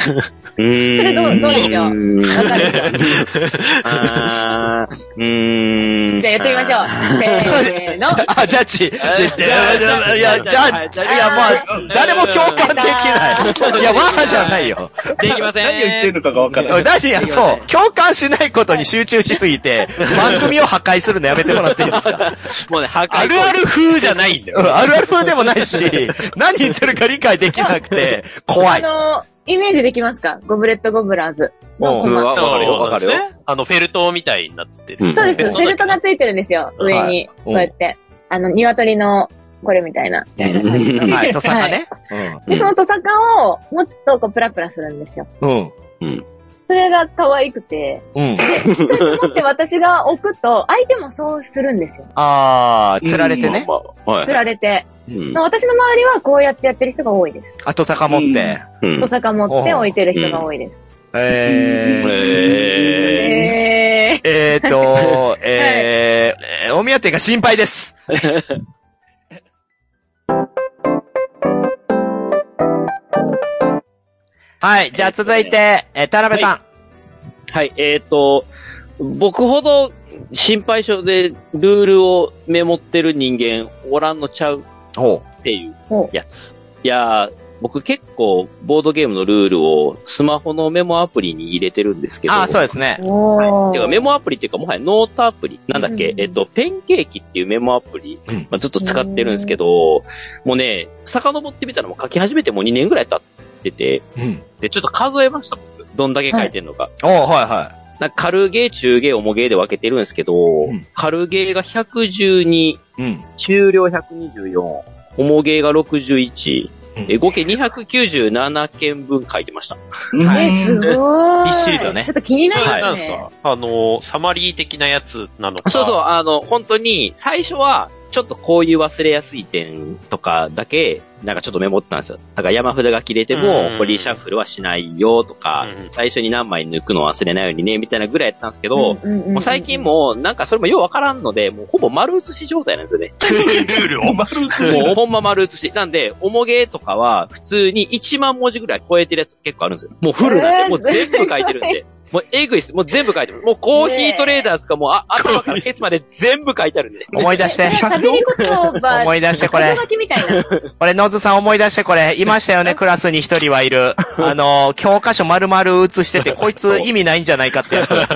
C: それ
A: どうどうでしょうわ かるでしょ
C: あーうーん。
A: じゃあやってみましょう。せーの。
B: あ、ジャッジ。ででいや、ジャッジ。いや、まあ、誰も共感できない。いや、わーじゃないよ。
F: できません。
D: 何を言ってるのかがわからない。
B: 何や、そう。共感しないことに集中しすぎて、番組を破壊するのやめてもらっていいですか
F: もうね、破壊。
E: あるある風じゃないんだ
B: う
E: よ。
B: んあるある風でもないし、何言ってるか理解できなくて、怖
A: あ
B: い。
A: のー、イメージできますかゴブレット・ゴブラーズの
B: うん
A: 駒。
C: わかるよ、わかるよ。
E: あの、フェルトみたいになって
C: う
E: る
C: ん。
A: そうです。
E: フェルトだ
A: フェルトがついてるんですよ。上に。
B: う
A: こ
B: ん
A: うやって。あの、鶏の、これみたいな。
C: うん
B: はい、トサカね。うん
A: で、そのトサカを持つと、こう、プラプラするんですよ。
B: うん。
A: それが可愛くて、
B: うん。
A: それと持って私が置くと、相手もそうするんですよ。
B: あー、釣られてね。
C: まあまあはい
A: 釣られて。
C: うん
A: まあ私の周りはこうやってやってる人が多いです。
B: あ、トサカ持って。
C: うん
A: トサカ持って置いてる人が多いです。
B: え
A: え
C: え
A: え
B: ー、えーと、えー、えーお宮手が心配です。はい、じゃあ続いて、えー、田辺さん。
C: はい、えっ、と、僕ほど心配性でルールをメモってる人間おらんのちゃう
B: ほ
C: っていう
A: ほ
C: やつ。いやー、僕結構ボードゲームのルールをスマホのメモアプリに入れてるんですけ
B: う。
C: ど。。
B: あー、そうですすね。
A: お
C: てかメ
A: ー。
C: モアプリっていうかもはやノートアプリ。なんだっけ、
A: うん
C: えっ、と、ペンケーキっていうメモアプリ、
B: うん
C: まあ、ずっと使ってるんですけど、もうね、遡ってみたらもう書き始めてもう2年ぐらい経ってて、
B: うん。
C: で、ちょっと数えました、僕。どんだけ書いてんのか。
B: おー、はいは
C: なんか軽ゲー、中ゲー、重ゲーで分けてるんですけど、
B: ん
C: 軽ゲーが112、
B: い。うん。
C: 中量124、重ゲーが61、え合計297件分書いてました。
A: え、すごい。
B: びっしりとね
A: ちょっと気に
E: そ
A: な
E: れ
A: り
E: な
A: ま
E: ん
A: す
E: です
A: ね。
E: かあの、サマリー的なやつなのか。
C: そう そう、あの、本当に、最初は、ちょっとこういう忘れやすい点とかだけ、なんかちょっとメモってたんですよ。だから山札が切れても
E: うん、
C: これリシャッフルはしないよとか
E: う、ん
C: 最初に何枚抜くの忘れないようにね、みたいなぐらいやったんですけど、
A: うんうんうん
C: もう最近もうなんかそれもようわからんので、もうほぼ丸写し状態なんですよね。
E: ルールを。
D: 丸写し
C: もうほんま丸写し。なんで、重げとかは普通に1万文字ぐらい超えてるやつ結構あるんですよ。もうフルなん
A: えー
C: で、もう全部書いてるんで。もうエグいっす。もう全部書いてる。もうコーヒートレーダーズかもうあ頭からケツまで全部書いてあるんで。
B: 思い出 して。
A: 喋り言葉。
B: 思い出してこれ
A: 箇条書きみたいな。
B: これ、ノズさん思い出してこれ、いましたよね、クラスに一人はいる。あの、教科書丸々写してて、こいつ意味ないんじゃないか ってやつ。
C: そう。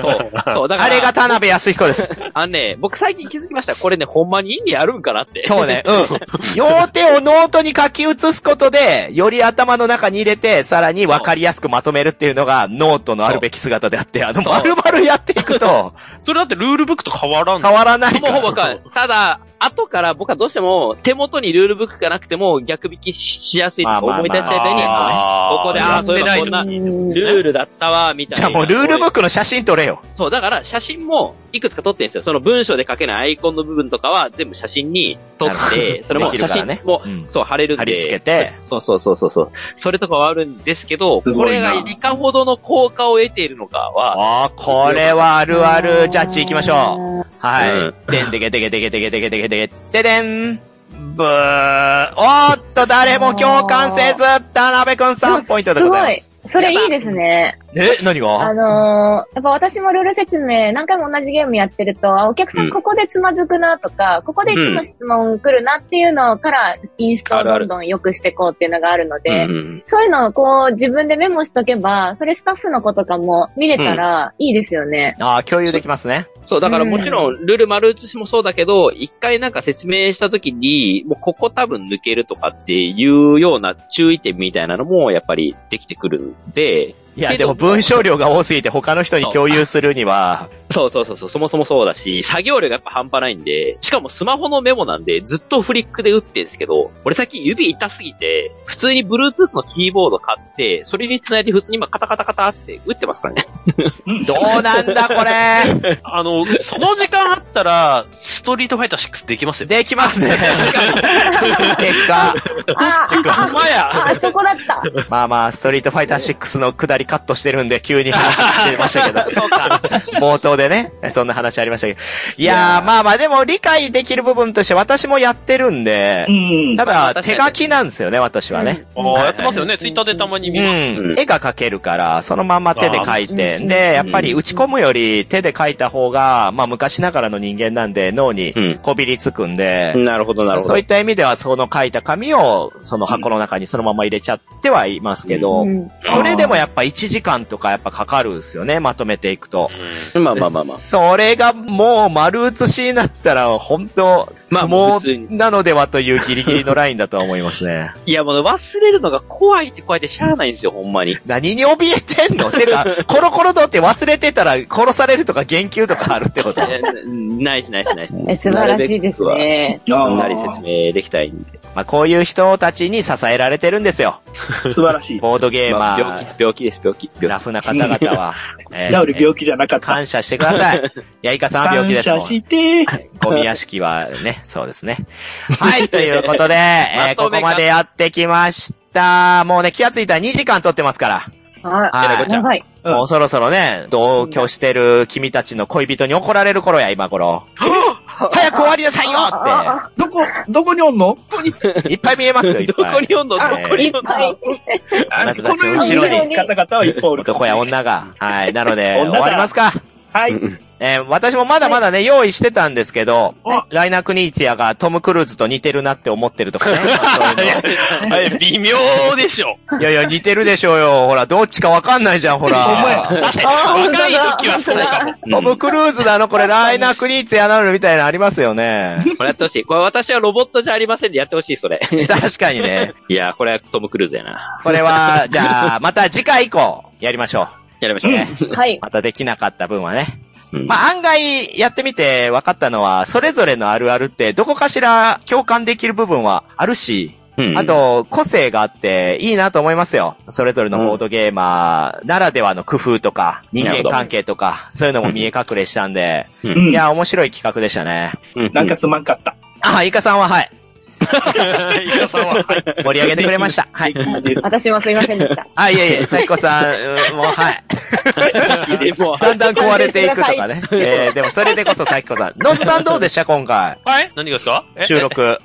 C: そう、だから、
B: あれが田辺康彦です。
C: あのね、僕最近気づきました。これね、ほんまに意味あるんかなって。
B: そ うね、うん。両手をノートに書き写すことで、より頭の中に入れて、さらに分かりやすくまとめるっていうのが、ノートのあるべき姿であって、あの、
C: そう
B: 丸々やっていくと、
E: それだってルールブックと変わらん
B: 変わらない
C: ほぼ
B: か
C: ほぼわかる。ただ、後から僕はどうしても、手元にルールブックがなくても逆引きしやすいとか
B: まあまあ
C: 思い出したい時に、
E: あー
C: ここで、
E: や
C: ああー、
E: っ
C: そういえ
E: て
C: ば
E: ない
C: こんな、
E: と
C: ル
A: うん
C: ールだったわ、みたい
B: じ
C: な。
B: ゃあもうルールブックの写真撮れよ。
C: そう、だから写真もいくつか撮ってんですよ。その文章で書けないアイコンの部分とかは全部写真に撮っ
B: なるほ
C: て、 それも
B: できる
C: 写
B: から
C: 真
B: ね
C: も、
B: うん
C: そう、貼れるんで。
B: 貼り付けて
C: そうそうそうそうそう。それとかはあるんですけど、
D: す
C: こ
D: ごい
C: れ
D: な
C: がいかほどの効果を得ているのかは、
B: ああ、これはあるある、ジャッジ行きましょう。
A: う。
B: は
C: う
B: い。でんでけでけでけでけでけでけでけででん。ぶー。おーっと、誰も共感せず、田辺くん3ポイントでございます。
A: すごい。それいいですね。
B: え、何
A: あ
B: が
A: のーやっぱ私もルール説明何回も同じゲームやってると、あお客さ
C: うんん
A: ここでつまずくなとか、ここでいつも質問来るなっていうのからインストを
C: あるあ
A: ど
C: る
A: んどん良くしていこうっていうのがあるので、
C: うん
A: そういうのをこう自分でメモしとけば、それスタッフの子とかも見れたらいいですよね。
B: あー共有できますね。
C: そう、だからもちろん、ルール丸写しもそうだけど、一回なんか説明した時に、もうここ多分抜けるとかっていうような注意点みたいなのも、やっぱりできてくるんで、
B: いや、でも文章量が多すぎて他の人に共有するには、
C: そうそうそうそう、そもそもそうだし、作業量がやっぱ半端ないんで、しかもスマホのメモなんで、ずっとフリックで打ってんですけど、俺さっき指痛すぎて、普通に Bluetooth のキーボード買って、それに繋いで普通に今カタカタカタって打ってますからね。
B: どうなんだこれ
E: あの、その時間あったら、ストリートファイター6できますよ。
B: できますね。結果。
A: あ ー、あ、
E: ほんまや
A: あ、あそこだった。
B: まあまあ、ストリートファイター6の下りカットしてるんで、急に話してましたけ ど。冒頭でね、そんな話ありましたけど。いやー、まあまあ、でも理解できる部分として私もやってるんで
D: う、ん。
B: た
C: まあ
B: だ、
C: 確か
B: 手
C: に
B: 書きなんですよね、私はね。
E: ああ、やってますよね。ツイッターでたまに見ます。
B: うん絵が描けるから、そのまんま手で描いて。
D: あー
B: で、やっぱり打ち込むより手で描いた方が、まあ昔ながらの人間なんで脳に
C: うん
B: こびりつくんで、
C: なるほど、なるほ
B: そ
C: ど
B: うい。った意味ではその描いた紙をその箱の中にそのまま入れちゃってはいますけど、
A: うん
B: それでもやっぱ1時間とかやっぱかかるんですよね、まとめていくと。
C: まあまあまあまあ。
B: それがもう丸写しになったら本当、
C: まあ
B: も
C: 普通に
B: うなのではというギリギリのラインだとは思いますね。
C: いや、もう忘れるのが怖いってこうやってしゃあないんですよ、ほんま に。
B: 何に怯えてんのてか、コロコロ堂って忘れてたら殺されるとか言及とかあるって こと
C: えナイスナイスナイス。
A: え素晴らしいですね。
D: あ
C: な
D: ー
C: るべくは。すんなり説明できたいんで。
B: まあこういう人たちに支えられてるんですよ。
D: 素晴らしい。
B: ボードゲー
C: ま
B: マ
C: あ病
B: ー、
C: 気、病気です、病気。 病
B: ラフな方々は。えー
D: じゃあ俺病気じゃなかった。
B: 感謝してくださ い。いや、イカさんは病気で
D: 感
B: すも
D: 謝
B: ん。
D: して。
B: ゴミ屋敷はね、そうですね。 はい、ということで、えー
C: まと
B: こ
C: め
B: こまでやってきました。もうね、気がついたら2時間撮ってますから。
A: は
B: はい
A: い。長い。
D: うん
B: もうそろそろね、同居してる君たちの恋人に怒られる頃や、今頃。早く終わりなさいよっ
D: どこ、どこにおんの
B: て。いっぱい見えますよ、い
C: 気。
B: っ
C: ど
B: ぱ
C: こ
B: い。
C: に温度ど
B: はい
C: こ
A: い
C: に
A: っ
C: 温度
A: ぱい。
D: あ
B: ま
D: の
B: ず
D: こ
B: だって
D: の
B: 後ろ
D: 後ろ
A: に
D: に方々はいっぱいおるから。
B: 男や女が。はい。なので、
D: 女だ
B: 終わりますか。
D: はい。
B: えー私もまだまだね、用意してたんですけど
D: は、
B: ライナークニーツィアがトム・クルーズと似てるなって思ってると かね。まあそういうの
E: はい、微妙 でしょ。
B: いやいや、似てるでしょうよ。ほら、どっちかわかんないじゃん、ほ
D: ほんま
B: ら。
D: や
E: 確
A: あ
E: か
A: ー
E: に、若い時はそう かも。
B: トム・クルーズなのこれ、ライナークニーツィアなのみたいなのありますよ ね。
C: これやってほしい。これ私はロボットじゃありませんでやってほしい、それ。
B: 確かにね。
C: いや、これはトム・クルーズやな。
B: これは、じゃあ、また次回以降、やりましょ
C: やりましょ
B: う。
C: う。
B: ね。
A: はい。
B: またできなかった分はね。
C: うん
B: まあ、案外、やってみて分かったのは、それぞれのあるあるって、どこかしら共感できる部分はあるし、
C: うん
B: あ、と、個性があって、いいなと思いますよ。それぞれのボードゲーマーならではの工夫とか、人間関係とか、そういうのも見え隠れしたんで、
C: う
B: いや、面白い企画でしたね。
D: なんかすまんかった。
B: あ、イカさんははい、
E: イカさんは、はい
B: 盛り上げてくれま した。はい。
D: です。
A: 私もすいませんでした。
B: あ、いえいえ、サイコさん、うんもうはい。
C: でも
B: だんだん壊れていくとかね。えー、でもそれでこそサイコさん。ノズさんどうでした今回。
E: はい 何がですかえ
B: 収。録。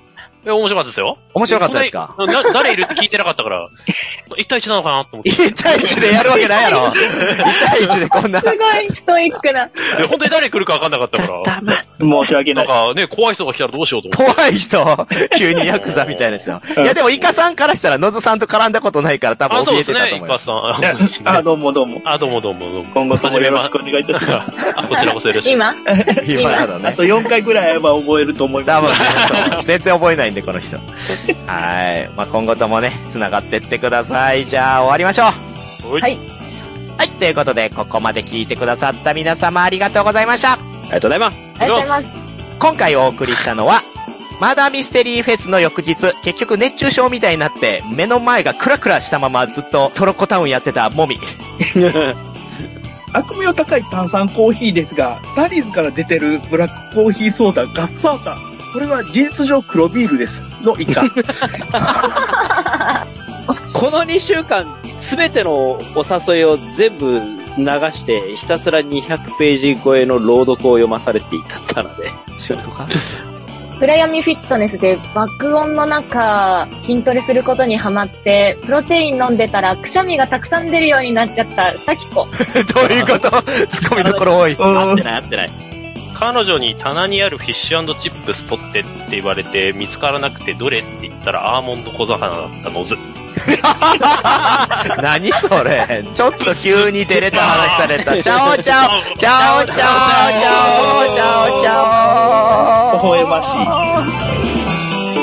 E: え、面白かったですよ。
B: 面白かったですか
E: な誰いるって聞いてなかったから、 一対一なのかなと思って。
B: 1対1でやるわけないやろ。1対1でこんな
A: す。ごいストイックな。
E: で本当に誰来るか分かんなかったから、
D: 申し訳
E: な
D: なんい。
E: かね、怖い人が来たらどうしようと思って。
B: 怖い人、急にヤクザみたいな人。いや、でもイカさんからしたらノズさんと絡んだことないから多分
E: あ、そ
B: 怯
E: うで
B: えて
E: す
B: た
E: ね、
B: と
E: イ
B: 思い
E: カ
B: ます。
E: さん。
D: あ、どうもどうも。
E: あ、どうもどうもどうも。
D: 今後ともよろしくお願いいたします。
E: あ、こちらこそよろしく。
A: 今
B: 今なの
D: あ
B: ね。
D: と4回ぐらい会えば覚えると思いま
B: 多
D: す
B: 分。ね、そう。全然覚えないんで、この人。はい。まあ、今後ともね、繋がってってください。じゃあ、終わりましょう。
E: はい
B: はい。ということで、ここまで聞いてくださった皆様ありがとうございました。
C: ありがとうございます。
A: ありがとうございます。
B: 今回お送りしたのは、まだミステリーフェスの翌日、結局熱中症みたいになって、目の前がクラクラしたままずっとトロコタウンやってたモミ。
D: 悪名高い炭酸コーヒーですが、タリーズから出てるブラックコーヒーソーダガッサータ。これは事実上黒ビールです。の以下。
C: この2週間、すべてのお誘いを全部流して、ひたすら200ページ超えの朗読を読まされていたったので。
B: 仕事か
A: 暗闇フィットネスで爆音の中、筋トレすることにハマって、プロテイン飲んでたらくしゃみがたくさん出るようになっちゃった、さきこ。
B: どういうことツッコミどころ多い。
C: 合
D: う
C: っ
D: ん
C: て。ない合ってない。
E: 彼女に棚にあるフィッシュチップス取ってって言われて、見つからなくてどれって言ったらアーモンド小魚だったのず。
B: 何それちょっと急に照れた話された。チャオチャオチャオチャオチャオチャオチャオチャオ
D: 微笑まし
B: 「
D: い。